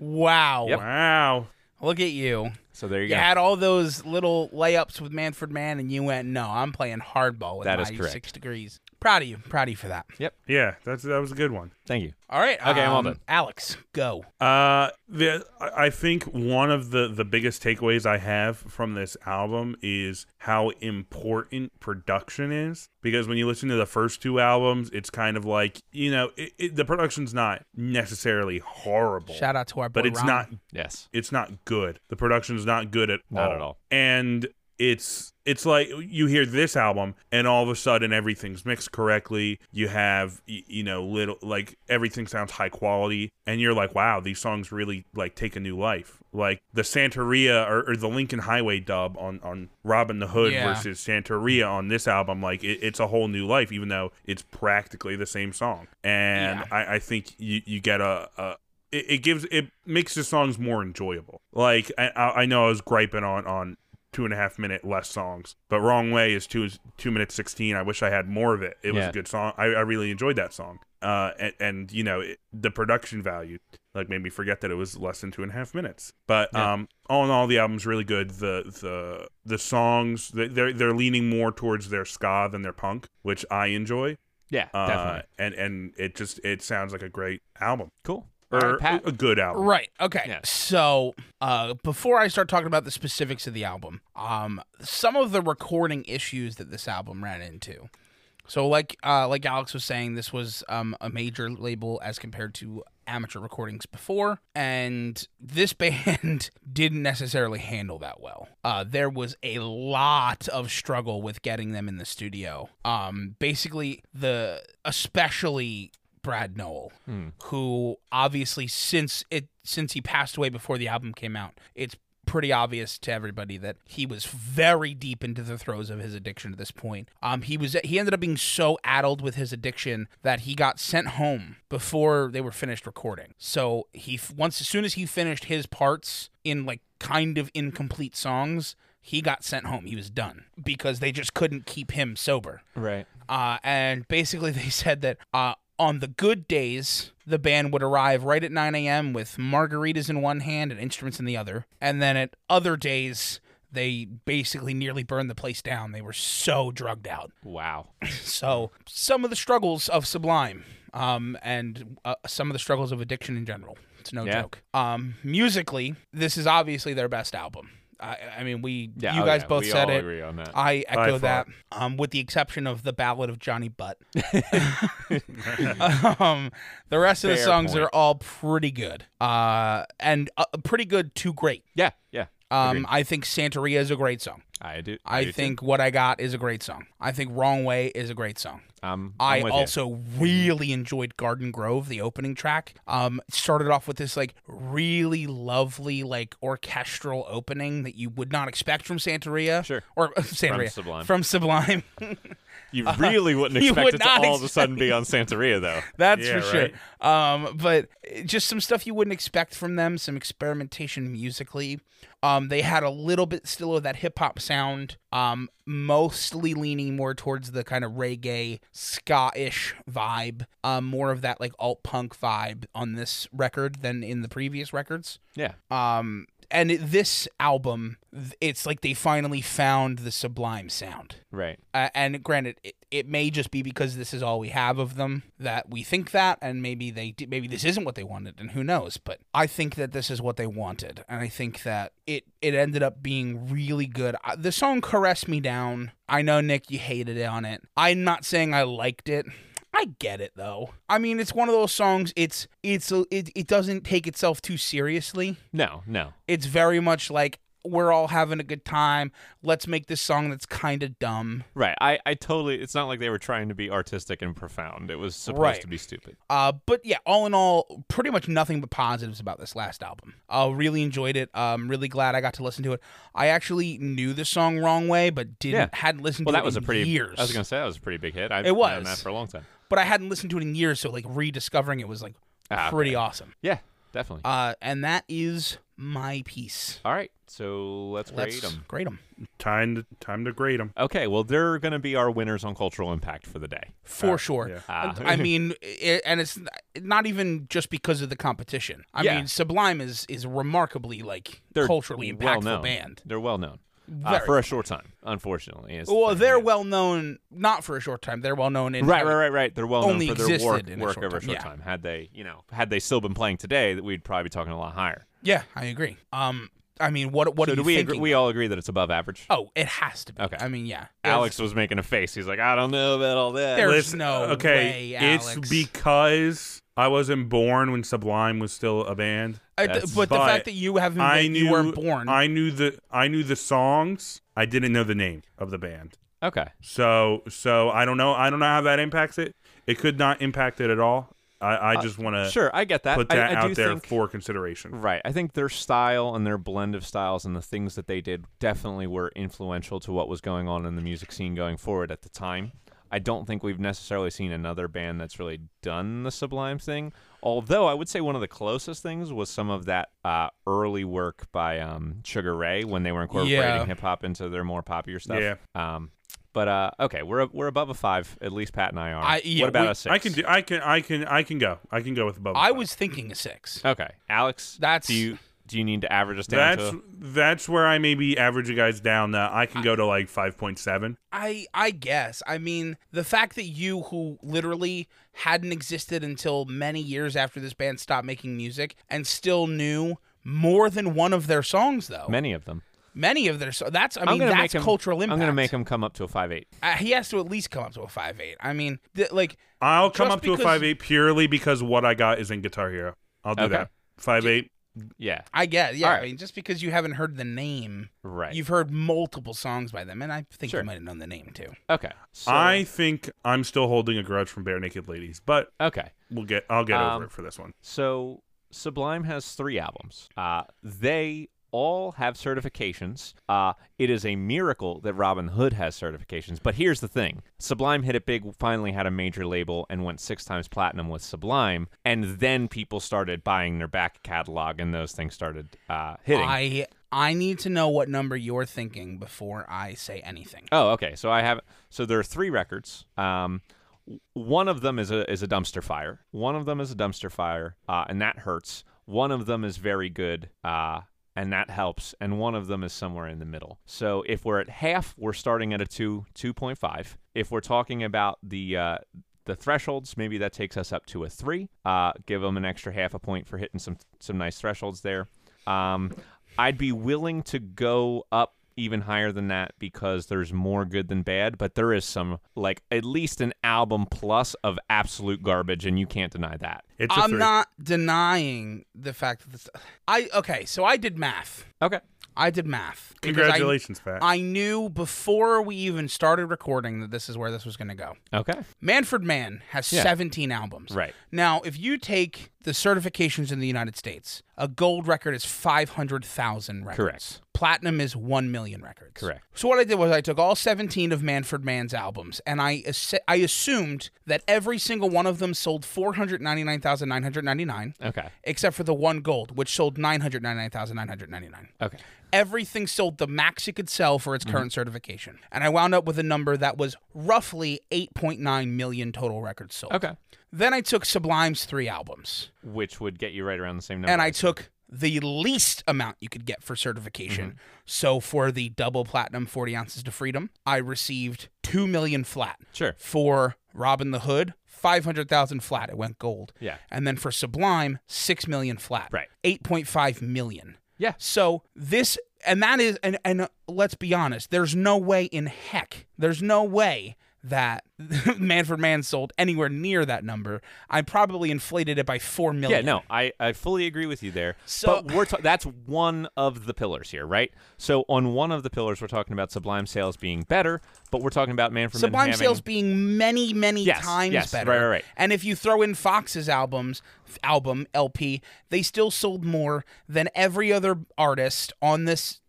A: wow.
C: wow.
A: Look at you.
B: So there you
A: You
B: go.
A: had all those little layups with Manfred Mann, and you went, no, I'm playing hardball with
B: That
A: my
B: is correct.
A: six degrees. Proud of you. Proud of you for that.
C: Yeah, that's that was a good one.
B: Thank you.
A: All right.
B: Okay, I'm all
A: um,
B: done.
A: Alex, go.
C: Uh, the I I think one of the the biggest takeaways I have from this album is how important production is. Because when you listen to the first two albums, it's kind of like you know it, it, the production's not necessarily horrible,
A: Shout out to our boy
C: but it's
A: Ron.
C: not
B: Yes.
C: it's not good. The production's not good at
B: Not
C: all.
B: at all.
C: And it's it's like you hear this album and all of a sudden everything's mixed correctly you have y- you know little like everything sounds high quality and you're like wow these songs really like take a new life like the santeria or, or the lincoln highway dub on on robin the hood
A: Yeah.
C: versus santeria on this album like it, it's a whole new life even though it's practically the same song and
A: Yeah.
C: I, I think you you get a, a it, it gives it makes the songs more enjoyable. Like I, I I know I was griping on on two and a half minute less songs, but Wrong Way is two is two minutes sixteen. I wish I had more of it. It was
B: Yeah.
C: a good song. I, I really enjoyed that song. Uh, and, and you know it, the production value like made me forget that it was less than two and a half minutes. But
B: Yeah.
C: um, all in all, the album's really good. The the the songs they- they're they're leaning more towards their ska than their punk, which I enjoy.
B: Yeah,
C: Uh,
B: definitely.
C: And and it just it sounds like a great album
B: Cool.
C: or
B: All right, Pat.
C: a good album.
A: Right. Okay.
B: Yeah.
A: So, uh, before I start talking about the specifics of the album, um, some of the recording issues that this album ran into. So, like, uh, like Alex was saying, this was um, a major label as compared to amateur recordings before, and this band didn't necessarily handle that well. Uh, there was a lot of struggle with getting them in the studio. Um, basically, the especially Brad Noel, who obviously since it since he passed away before the album came out, it's pretty obvious to everybody that he was very deep into the throes of his addiction at this point. Um, he was he ended up being so addled with his addiction that he got sent home before they were finished recording. So he f- once as soon as he finished his parts in like kind of incomplete songs. He got sent home. He was done because they just couldn't keep him sober.
B: Right.
A: Uh, and basically, they said that uh, on the good days, the band would arrive right at 9 a.m. with margaritas in one hand and instruments in the other. And then at other days, they basically nearly burned the place down. They were so drugged out.
B: Wow.
A: So, some of the struggles of Sublime um, and uh, some of the struggles of addiction in general. It's no
B: Yeah.
A: joke. Um, musically, this is obviously their best album. I, I mean, we
B: Yeah.
A: you
B: oh,
A: guys
B: yeah,
A: both
B: we
A: said
B: all
A: it.
B: Agree on that.
A: I echo
C: far.
A: that, um, with the exception of the ballad of Johnny Butt. um, the rest of the
B: Fair
A: songs
B: point.
A: are all pretty good, uh, and uh, pretty good to great.
B: yeah. Yeah.
A: Um, I think Santeria is a great song.
B: I do.
A: I,
B: do too.
A: think What I Got is a great song. I think Wrong Way is a great song.
B: I'm, I'm
A: I
B: with you.
A: also really enjoyed Garden Grove, the opening track. Um, it started off with this like really lovely like orchestral opening that you would not expect from Santeria,
B: Sure.
A: or Santeria
B: Sublime.
A: from Sublime.
B: You really wouldn't
A: you
B: expect
A: would
B: it to
A: not
B: all of a sudden be on Santeria, though.
A: That's
C: Yeah,
A: for sure. Um, but uh, just some stuff you wouldn't expect from them, some experimentation musically. Um, they had a little bit still of that hip hop sound, um, mostly leaning more towards the kind of reggae, ska ish vibe, um, more of that like alt punk vibe on this record than in the previous records.
B: Yeah.
A: Um, and it, this album, th- it's like they finally found the sublime sound.
B: Right.
A: Uh, and granted, it, it may just be because this is all we have of them that we think that, and maybe they di- maybe this isn't what they wanted, and who knows. But I think that this is what they wanted, and I think that it it ended up being really good. I, the song "Caress Me Down." I know Nick, you hated it on it. I'm not saying I liked it. I get it though. I mean, it's one of those songs. It's it's a- it, it doesn't take itself too seriously
B: No. No.
A: it's very much like we're all having a good time. Let's make this song that's kind of dumb.
B: Right. I, I totally. It's not like they were trying to be artistic and profound. It was supposed
A: Right.
B: to be stupid.
A: Uh, but yeah, all in all, pretty much nothing but positives about this last album. I uh, really enjoyed it. I'm really glad I got to listen to it. I actually knew the song wrong way, but didn't
B: Yeah.
A: hadn't listened
B: Well,
A: to
B: that
A: it
B: was a
A: in
B: pretty.
A: years.
B: I was gonna say that was a pretty big hit. I've
A: It
B: known that
A: was.
B: for a long time.
A: But I hadn't listened to it in years, so like rediscovering it was like
B: Ah,
A: pretty
B: okay.
A: awesome.
B: Yeah. Definitely.
A: Uh, and that is my piece.
B: all right. So let's
A: Let's
B: rate them.
A: grade them.
B: Ah,
C: Time to time to grade them.
B: Okay. Well, they're gonna be our winners on cultural impact for the day.
A: for sure.
C: yeah.
B: Ah.
A: I I mean, i and it's n- not even just because of the competition. I
B: Yeah.
A: mean, Sublime is is remarkably like
B: They're
A: culturally
B: well
A: impactful
B: known.
A: band.
B: They're well known uh,
A: Very.
B: for a short time, unfortunately. is the
A: Well,
B: thing,
A: they're
B: yeah.
A: well known not for a short time. They're well known in
B: Right, right, right, right. They're well known
A: only
B: for their work,
A: existed in a
B: work
A: short
B: over a
A: time,
B: short
A: yeah.
B: time. Had they, you know, had they still been playing today, that we'd probably be talking a lot higher.
A: Yeah, I agree. Um, I mean, what what
B: so
A: are
B: do
A: you
B: we?
A: thinking?
B: Agree, we all agree that it's above average.
A: oh, it has to be.
B: Okay.
A: I mean, yeah.
B: Alex was making a face. He's like, I don't know about all that.
A: There's
C: Listen,
A: no
C: okay,
A: way,
C: it's
A: Alex.
C: because I wasn't born when Sublime was still a band.
A: I- th-
B: That's-
A: but the
C: but
A: fact that you haven't,
C: I
A: been,
C: knew
A: you weren't born.
C: I knew the I knew the songs. I didn't know the name of the band.
B: Okay.
C: So so I don't know. I don't know how that impacts it. It could not impact it at all. I, I just want to
B: Sure, I get that.
C: put
B: I- I
C: that
B: do
C: out there
B: think-
C: for consideration.
B: Right. I think their style and their blend of styles and the things that they did definitely were influential to what was going on in the music scene going forward at the time. I don't think we've necessarily seen another band that's really done the Sublime thing. Although I would say one of the closest things was some of that uh, early work by um, Sugar Ray when they were incorporating
A: Yeah.
B: hip hop into their more popular stuff.
C: Yeah.
B: Um, but uh, okay, we're we're above a five. At least Pat and I are.
A: I- yeah,
B: what about
A: we-
B: a six?
C: I can do. I can. I can. I can go. I can go with above.
A: I
C: five.
A: was thinking a six.
B: Okay, Alex.
A: That's-
B: do you do you need to average us down
C: That's
B: to?
C: that's where I maybe average you guys down. Uh, I can go to like five point seven.
A: I I guess. I mean, the fact that you who literally hadn't existed until many years after this band stopped making music and still knew more than one of their songs though.
B: Many of them.
A: Many of their so that's I
B: I'm
A: mean
B: gonna
A: that's
B: make him,
A: cultural impact.
B: I'm gonna make him come up to a five eight.
A: Uh, he has to at least come up to a five eight. I mean, th- like
C: I'll come
A: Just
C: up to a
A: because-
C: five eight purely because what I got is in Guitar Hero. I'll do
B: Okay.
C: that. Five eight.
B: Yeah,
A: I guess, yeah.
B: Alright.
A: I mean, just because you haven't heard the name,
B: right.
A: you've heard multiple songs by them, and I think
B: Sure.
A: you might have known the name too.
B: okay. So,
C: I think I'm still holding a grudge from Bare Naked Ladies, but
B: okay.
C: we'll get. I'll get
B: Um,
C: over it for this one.
B: So Sublime has three albums. Uh, they all have certifications. Uh, it is a miracle that Robin Hood has certifications. But here's the thing: Sublime hit it big. Finally, had a major label and went six times platinum with Sublime, and then people started buying their back catalog, and those things started uh, hitting.
A: I I need to know what number you're thinking before I say anything.
B: Oh, okay. So I have. So there are three records. Um, w- one of them is a is a dumpster fire. One of them is a dumpster fire, uh, and that hurts. One of them is very good, uh, and that helps. And one of them is somewhere in the middle. So if we're at half, we're starting at a two two point five. If we're talking about the uh, the thresholds, maybe that takes us up to a three. Uh, give them an extra half a point for hitting some some nice thresholds there. Um, I'd be willing to go up even higher than that because there's more good than bad, but there is some like at least an album plus of absolute garbage, and you can't deny that.
C: It's a
A: I'm
C: three.
A: not denying the fact that this, I okay. So I did math.
B: Okay.
A: I did math. because I-
C: Congratulations, Pat.
A: I knew before we even started recording that this is where this was going to go.
B: Okay.
A: Manfred Mann has 17 albums.
B: Right.
A: Now, if you take the certifications in the United States, a gold record is 500,000 records.
B: Correct.
A: Platinum is 1 million records.
B: Correct.
A: So what I did was I took all 17 of Manfred Mann's albums and I ass- I assumed that every single one of them sold 499,999
B: Okay.
A: except for the one gold which sold 999,999
B: Okay.
A: everything sold the max it could sell for its
B: Mm-hmm.
A: current certification. And I wound up with a number that was roughly 8.9 million total records sold.
B: Okay.
A: Then I took Sublime's three albums
B: Which would get you right around the same number.
A: and I took the least amount you could get for
B: Mm-hmm.
A: certification. So for the double platinum 40 ounces to freedom, I received 2 million flat.
B: Sure.
A: For Robin the Hood, 500,000 flat. It went gold.
B: Yeah.
A: And then for Sublime, 6 million flat.
B: Right.
A: 8.5 million.
B: Yeah.
A: So this and that is and and uh, let's be honest, there's no way in heck, there's no way that Manfred Mann sold anywhere near that number. I probably inflated it by four
B: Yeah,
A: million.
B: no, I, I fully agree with you there.
A: So-
B: but we're ta- that's one of the pillars here, right? So on one of the pillars, we're talking about Sublime sales being better, but we're talking about Man from
A: Sublime
B: having,
A: sales being many, many
B: Yes,
A: times
B: yes,
A: better.
B: right, right, right.
A: And if you throw in Fox's albums, album LP, they still sold more than every other artist on this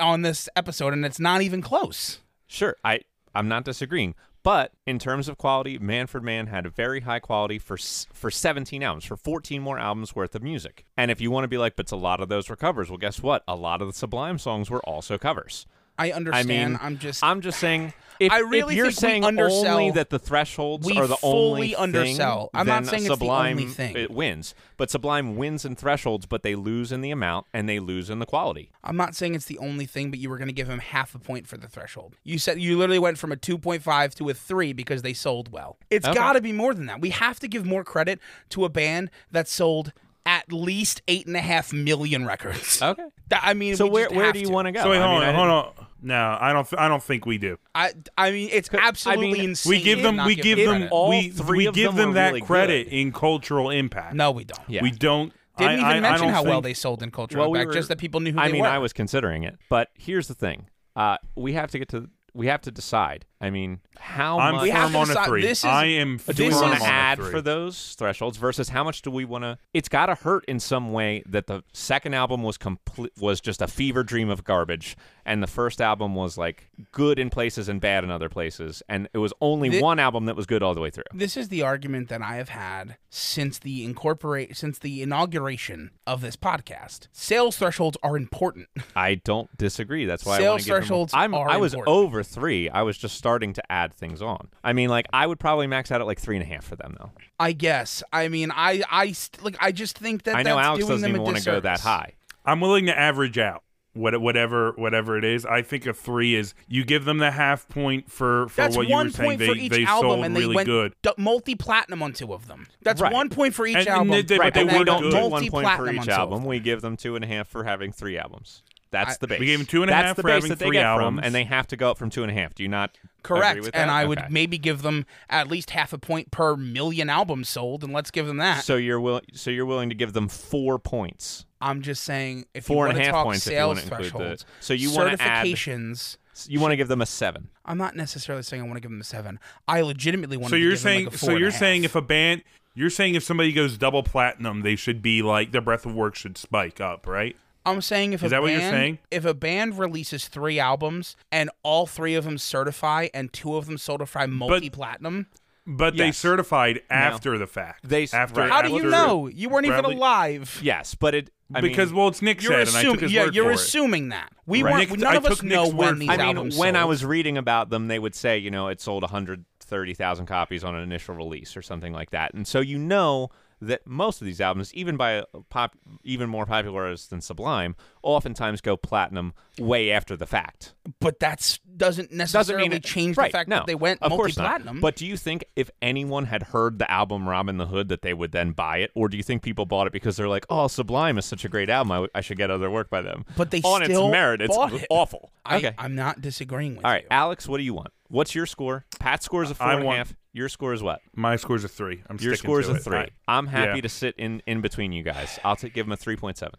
A: on this episode, and it's not even close.
B: Sure, I I'm not disagreeing, but in terms of quality, Manfred Mann had a very high quality for s- for 17 albums, for 14 more albums worth of music. And if you want to be like, but a lot of those were covers. Well, guess what? A lot of the Sublime songs were also covers.
A: I
B: I
A: understand.
B: mean,
A: I'm just
B: I'm just saying. If,
A: I
B: if
A: really
B: you're
A: think we
B: saying only
A: undersell-
B: that the thresholds
A: we
B: are the only
A: fully undersell.
B: thing,
A: I'm not
B: then
A: saying it's the
B: Sublime
A: only thing.
B: It wins, but Sublime wins in thresholds, but they lose in the amount and they lose in the quality.
A: I'm not saying it's the only thing, but you were going to give him half a point for the threshold. You said you literally went from a 2.5 to a 3 because they sold well. It's got to be more than that. We have to give more credit to a band that sold at least 8.5 million records.
B: Okay.
A: That- I mean,
B: So
A: we
B: where
A: just
B: where
A: have
B: do you
A: to.
B: want to go?
C: so wait,
B: I
C: hold
B: mean, I
C: on, hold on. No, I don't. Th- I don't think we do.
A: I, I mean, it's absolutely insane.
C: We give
A: to
C: them.
A: not
C: We give them.
A: credit.
B: all
C: We
B: three
C: we
B: of
C: give
B: them
C: them
B: were
C: that
B: really
C: credit
B: good.
C: in cultural impact.
A: No, we don't.
B: Yeah.
C: we don't. I-
A: Didn't
C: I- I
A: even mention
C: don't
A: how well
C: think-
A: they sold in culture
B: Well, we
A: back,
B: were-
A: just that people knew who
B: I
A: they
B: mean,
A: were.
B: I was considering it, but here's the thing: uh, we have to get to we have to decide. I mean, how
C: I'm
B: much
A: We have
C: firm
A: to
C: on a
A: decide-
C: three.
A: this is-
C: I am
A: But
B: do
C: firm
B: we
A: this
B: want
A: is-
B: to
C: on
B: add
C: a three.
B: for those thresholds versus how much do we want to? It's got to hurt in some way that the second album was complete was just a fever dream of garbage, and the first album was like good in places and bad in other places, and it was only
A: Thi-
B: one album that was good all the way through.
A: This is the argument that I have had since the incorporate since the inauguration of this podcast. Sales thresholds are important.
B: I don't disagree. That's why I want
A: Sales
B: to give
A: thresholds
B: Them, I'm,
A: are
B: I was
A: important.
B: over three. I was just starting to add things on. I mean, like I would probably max out at like three and a half for them though.
A: I guess. I mean, I I st- like I just think that
B: I know
A: that's
B: Alex
A: doing
B: doesn't
A: them
B: even
A: a
B: want to go that
A: disservice.
B: high.
C: I'm willing to average out what, whatever whatever it is. I think a three is you give them the half point for for
A: That's
C: what you
A: one
C: were saying.
A: point
C: They
A: for each
C: they
A: album,
C: sold
A: and they
C: really
A: went
C: good.
A: d- multi-platinum on two of them. That's
B: Right.
A: one point for each
C: And- and
A: album.
C: they- they- but
B: right,
C: they
A: and
B: but we
C: were
A: then
B: don't
C: good.
B: do one point for
A: multi-platinum on
B: each
A: two of
B: album.
A: them.
B: We give them two and a half for having three albums. That's
A: I-
B: the base.
C: We gave them two and a
B: That's
C: half
B: the
C: for
B: base
C: having
B: that they
C: three
B: get from,
C: albums.
B: and they have to go up from two and a half. Do you not Agree
A: Correct,
B: with that?
A: and I would
B: Okay.
A: maybe give them at least half a point per million albums sold, and let's give them that.
B: So you're will, so you're willing to give them four points,
A: I'm just saying, if
B: Four
A: you
B: and a
A: want to
B: half
A: talk
B: points if you
A: sales
B: wanna include the-
A: thresholds,
B: so you wanna add-
A: certifications.
B: S- you want to give them a seven.
A: I'm not necessarily saying I want to give them a seven. I legitimately want
C: So
A: to.
C: you're
A: give
C: saying
A: them like a four
C: so
A: and a
C: you're
A: half.
C: saying if a band you're saying if somebody goes double platinum, they should be like their breath of work should spike up, right?
A: I'm saying if
C: Is
A: a
C: that what
A: band,
C: you're saying?
A: If a band releases three albums and all three of them certify and two of them certify multi-platinum,
C: But they
B: Yes.
C: certified after the fact.
B: They s-
C: after
B: right.
A: how do you
C: after-
A: know? You weren't
C: Bradley-
A: even alive.
B: Yes, but it I mean-
C: because well, it's Nick
A: You're
C: said, and I took
A: assuming.
C: his
A: Yeah,
C: word
A: you're
C: for it.
A: assuming that we
C: Right.
A: weren't.
C: Nick-
A: none
C: I
A: of us
C: took
A: know
C: Nick's word
A: when these
C: for
B: I
C: it.
B: mean, when
A: albums
B: I
A: sold.
B: was reading about them, they would say, you know, it sold 130,000 copies on an initial release or something like that. And so you know that most of these albums, even by a pop, even more popular artists than Sublime, oftentimes go platinum way after the fact.
A: but that's doesn't
B: Doesn't
A: necessarily
B: mean it
A: change
B: right,
A: the fact
B: no,
A: that they went
B: of course not.
A: multi-platinum.
B: But do you think if anyone had heard the album Robin the Hood that they would then buy it, or do you think people bought it because they're like, "Oh, Sublime is such a great album, I, w- I should get other work by them"?
A: But they
B: on
A: still
B: its merit, it's
A: bought it.
B: awful.
A: I,
B: okay,
A: I'm not disagreeing with
B: All right,
A: you.
B: Alex, what do you want? What's your score? Pat's score is a four
C: I
B: and a half.
C: want-
B: Your score is what?
C: My score's a three. I'm
B: Your
C: sticking
B: score is
C: to
B: a
C: it.
B: three.
C: I-
B: I, am happy
C: Yeah.
B: to sit in in between you guys. I'll t- give him a three point seven.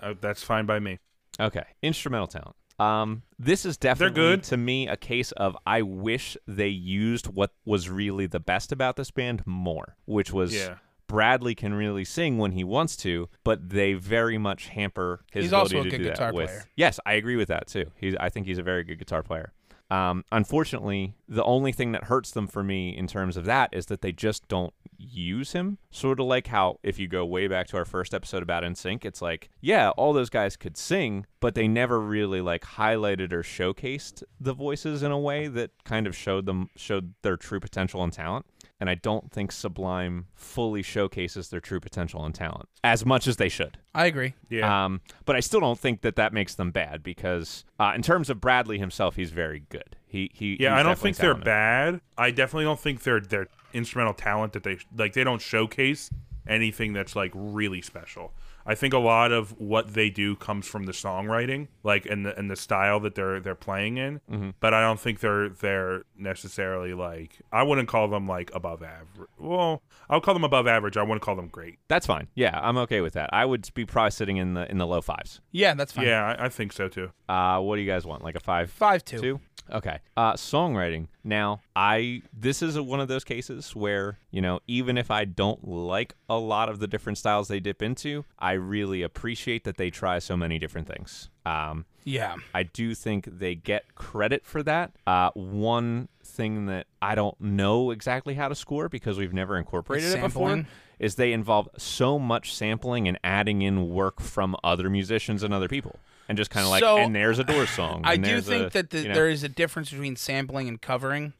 C: uh, that's fine by me.
B: Okay, instrumental talent. Um, this is definitely
C: good.
B: to me a case of I wish they used what was really the best about this band more, which was
C: Yeah.
B: Bradley can really sing when he wants to, but they very much hamper his
A: He's
B: ability
A: also a
B: to
A: good
B: do that
A: guitar
B: with.
A: player.
B: Yes, I agree with that too. He's, I think he's a very good guitar player. Um, unfortunately, the only thing that hurts them for me in terms of that is that they just don't use him. Sort of like how, if you go way back to our first episode about NSYNC, it's like, yeah, all those guys could sing, but they never really like highlighted or showcased the voices in a way that kind of showed them showed their true potential and talent. And I don't think Sublime fully showcases their true potential and talent as much as they should.
A: I agree.
C: Yeah.
B: Um, but I still don't think that that makes them bad because, uh, in terms of Bradley himself, he's very good. He he.
C: yeah,
B: he's
C: I don't
B: definitely
C: think they're
B: talented.
C: bad. I definitely don't think they're their instrumental talent that they like. They don't showcase anything that's like really special. I think a lot of what they do comes from the songwriting, like and the and the style that they're they're playing in.
B: Mm-hmm.
C: But I don't think they're they're necessarily like I wouldn't call them like above average. Well, I'll call them above average. I wouldn't call them great.
B: That's fine. Yeah, I'm okay with that. I would be probably sitting in the in the low fives.
A: Yeah, that's fine.
C: Yeah, I, I think so too.
B: Uh, what do you guys want? Like a five?
A: Five two.
B: Two. Okay. Uh, songwriting. Now, I this is a, one of those cases where you know even if I don't like a lot of the different styles they dip into, I really appreciate that they try so many different things. Um,
A: Yeah.
B: I do think they get credit for that. Uh, one thing that I don't know exactly how to score because we've never incorporated it before
A: Sampling.
B: is they involve so much sampling and adding in work from other musicians and other people, and just kind of like,
A: So,
B: and there's a door song.
A: I
B: and
A: do
B: there's
A: think
B: a,
A: that the,
B: you know,
A: there is a difference between sampling and covering.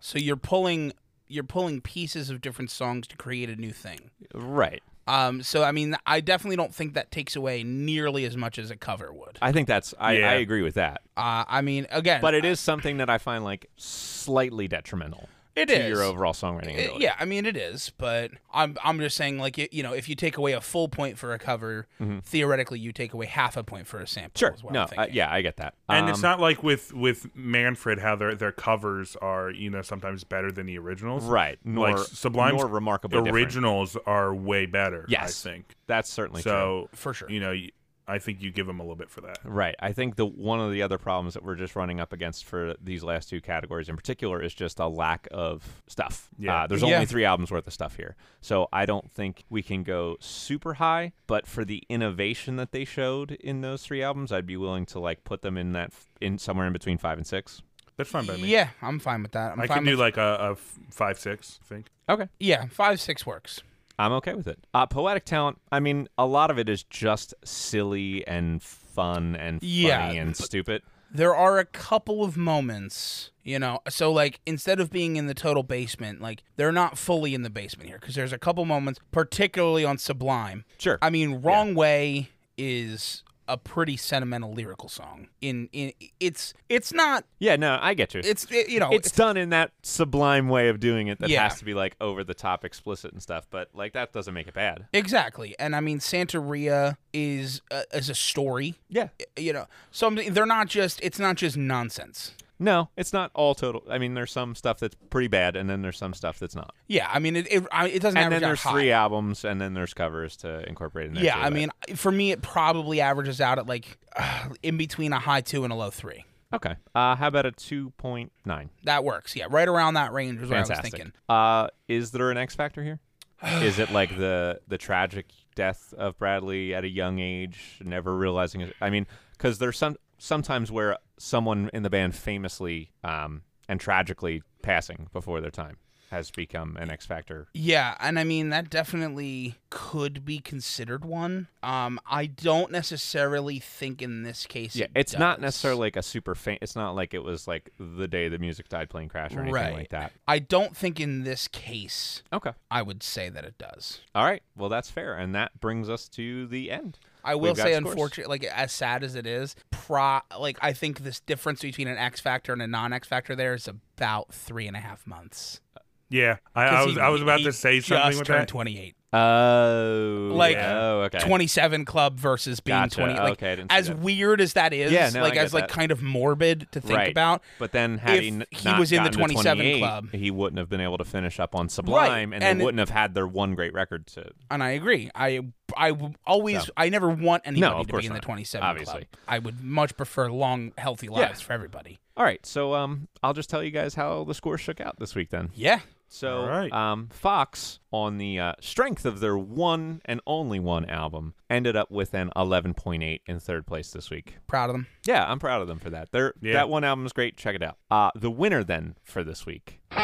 A: So you're pulling you're pulling pieces of different songs to create a new thing.
B: right.
A: Um, so I mean, I definitely don't think that takes away nearly as much as a cover would.
B: I think that's I,
C: Yeah.
B: I agree with that,
A: Uh, I mean, again,
B: but it is something that I find like slightly detrimental.
A: It
B: to
A: is.
B: your overall songwriting
A: Uh,
B: ability.
A: yeah, I mean it is, but I'm I'm just saying like y- you know if you take away a full point for a cover, theoretically you take away half a point for a sample.
B: Mm-hmm. Sure.
A: is what I'm
B: No. Uh,
A: thinking.
B: yeah, I get that.
C: And it's
B: Um,
C: not like with with Manfred how their their covers are you know sometimes better than the originals.
B: right. Nor
C: like Sublime's
B: nor remarkably different.
C: originals are way better.
B: Yes.
C: I think
B: That's certainly true.
C: so.
A: for sure.
C: You know, y- I think you give them a little bit for that.
B: Right. I think the one of the other problems that we're just running up against for these last two categories in particular is just a lack of stuff.
C: Yeah.
B: Uh, there's
A: Yeah.
B: only three albums worth of stuff here, so I don't think we can go super high. But for the innovation that they showed in those three albums, I'd be willing to like put them in that f- in somewhere in between five and six.
C: That's fine by me.
A: Yeah, I'm fine with that. I'm
C: I
A: fine
C: can do
A: with,
C: like a, a f- five six. I think.
B: Okay.
A: yeah, five six works.
B: I'm okay with it. Uh, poetic talent. I mean, a lot of it is just silly and fun and funny
A: Yeah,
B: and stupid.
A: there are a couple of moments, you know. So like instead of being in the total basement, like they're not fully in the basement here because there's a couple moments, particularly on Sublime.
B: Sure.
A: I mean, Wrong Way is a pretty sentimental lyrical song. In in it's it's not
B: yeah. No, I get you.
A: Oh, it's it, you know
B: it's done in that sublime way of doing it that
A: Yeah.
B: has to be like over the top explicit and stuff but like that doesn't make it bad
A: exactly. And I mean, Santeria is a, is a story,
B: yeah
A: you know. So I'm- they're not just it's not just nonsense.
B: no it's not all total i mean there's some stuff that's pretty bad and then there's some stuff that's not
A: Yeah, I mean it it, I- it doesn't
B: and
A: average
B: then
A: out
B: there's
A: high.
B: three albums and then there's covers to incorporate in there
A: Yeah,
B: too,
A: I
B: but-
A: mean, for me, it probably averages out at like uh, in between a high two and a low three.
B: okay uh how about a 2.9
A: That works. Yeah, right around that range is what I was
B: fantastic
A: thinking.
B: uh is there an x factor here is it like the the tragic death of bradley at a young age never realizing it i mean because there's some sometimes where someone in the band famously um and tragically passing before their time has become an x factor
A: Yeah, and I mean that definitely could be considered one. Um, I don't necessarily think in this case.
B: yeah
A: it
B: it's not
A: does.
B: necessarily like a super faint it's not like it was like the day the music died playing crash or anything
A: Right.
B: like that
A: I don't think in this case
B: okay
A: I would say that it does.
B: all right well that's fair and that brings us to the end
A: I will
B: We've got
A: say,
B: scores.
A: unfortunately, like as sad as it is, pro like I think this difference between an X factor and a non X factor there is about three and a half months.
C: Yeah, I, I
A: 'Cause
C: was
A: he-
C: I was about
A: he
C: to say something
A: just
C: with
A: turned
C: that.
A: 28.
B: oh
A: Like,
B: oh, okay
A: 27 club versus being
B: Gotcha.
A: 20. Like,
B: Okay, I didn't see
A: as
B: that.
A: weird as that is,
B: Yeah, no,
A: like
B: I get
A: as like
B: that.
A: kind of morbid to think
B: right.
A: about.
B: But then had he,
A: if
B: n-
A: he
B: not
A: was in the
B: gotten to
A: 27
B: 28,
A: club.
B: he wouldn't have been able to finish up on Sublime, and,
A: and-
B: they wouldn't have had their one great record to.
A: And I agree. I I w- always I never want
B: No,
A: anybody
B: of
A: to
B: course
A: be in the
B: not.
A: 27
B: Obviously.
A: club. I would much prefer long healthy lives for everybody.
B: All right, so um, I'll just tell you guys how the score shook out this week then.
A: Yeah.
B: So
C: All right.
B: um, Fox, on the uh, strength of their one and only one album, ended up with an 11.8 in third place this week.
A: Proud of them.
B: Yeah, I'm proud of them for that. They're,
C: Yeah.
B: That one album is great. Check it out. Uh, the winner then for this week. Uh,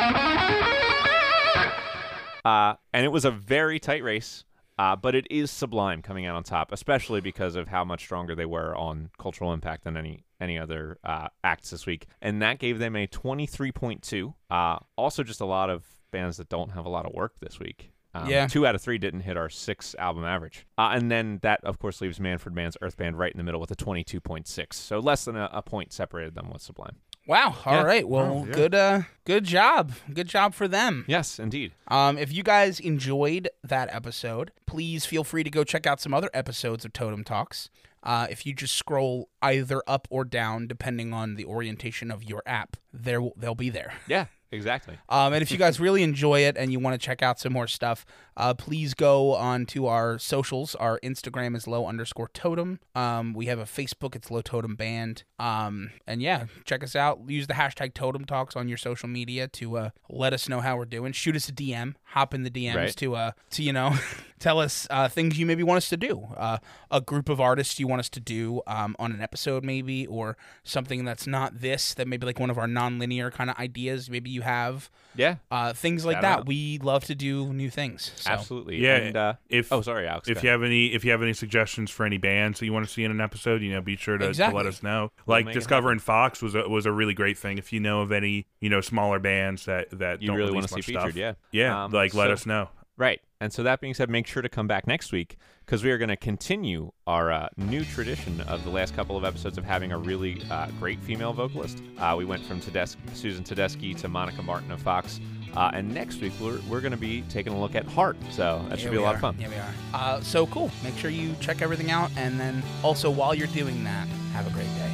B: and it was a very tight race, uh, but it is Sublime coming out on top, especially because of how much stronger they were on cultural impact than any any other uh, acts this week. And that gave them a 23.2. Uh, also, just a lot of bands that don't have a lot of work this week. Um,
A: Yeah.
B: Two out of three didn't hit our six album average. Uh, and then that, of course, leaves Manfred Mann's Earth Band right in the middle with a 22.6. So less than a, a point separated them with Sublime.
A: Wow. All right.
B: Yeah.
A: Well, good uh good job. Good job for them.
B: Yes, indeed.
A: Um, if you guys enjoyed that episode, please feel free to go check out some other episodes of Totem Talks. Uh, if you just scroll either up or down, depending on the orientation of your app, there will, they'll be there.
B: Yeah, exactly.
A: Um, and if you guys really enjoy it and you want to check out some more stuff, uh, please go on to our socials. Our Instagram is low underscore totem. Um, we have a Facebook, it's low totem band. Um, and yeah, check us out. Use the hashtag totem talks on your social media to uh, let us know how we're doing. Shoot us a DM, hop in the DMs
B: Right.
A: to, uh, to you know, tell us uh, things you maybe want us to do. Uh, a group of artists you want us to do um, on an episode, maybe, or something that's not this, that maybe like one of our non-linear kind of ideas maybe you have
B: Yeah,
A: uh, things like
B: Shout
A: that.
B: out.
A: We love to do new things. So.
B: absolutely.
C: Yeah,
B: And, uh,
C: if-
B: oh, sorry, Alex. go
C: If you have any, if you have any suggestions for any bands that you want to see in an episode, you know, be sure to, to
A: Exactly.
C: let us know. Like
B: make it
C: discovering Fox was a, was a really great thing. If you know of any, you know, smaller bands that that
B: you
C: don't
B: really
C: want to
B: see
C: stuff,
B: featured, yeah.
C: yeah,
B: Um,
C: like let
B: so-
C: us know.
B: Right. And so that being said, make sure to come back next week because we are going to continue our uh, new tradition of the last couple of episodes of having a really uh, great female vocalist. Uh, we went from Tedes- Susan Tedeschi to Monica Martin of Fox. Uh, and next week, we're, we're going to be taking a look at Heart. So that should be a lot of fun.
A: Yeah, we are. Uh, so cool. Make sure you check everything out, and then also while you're doing that, have a great day.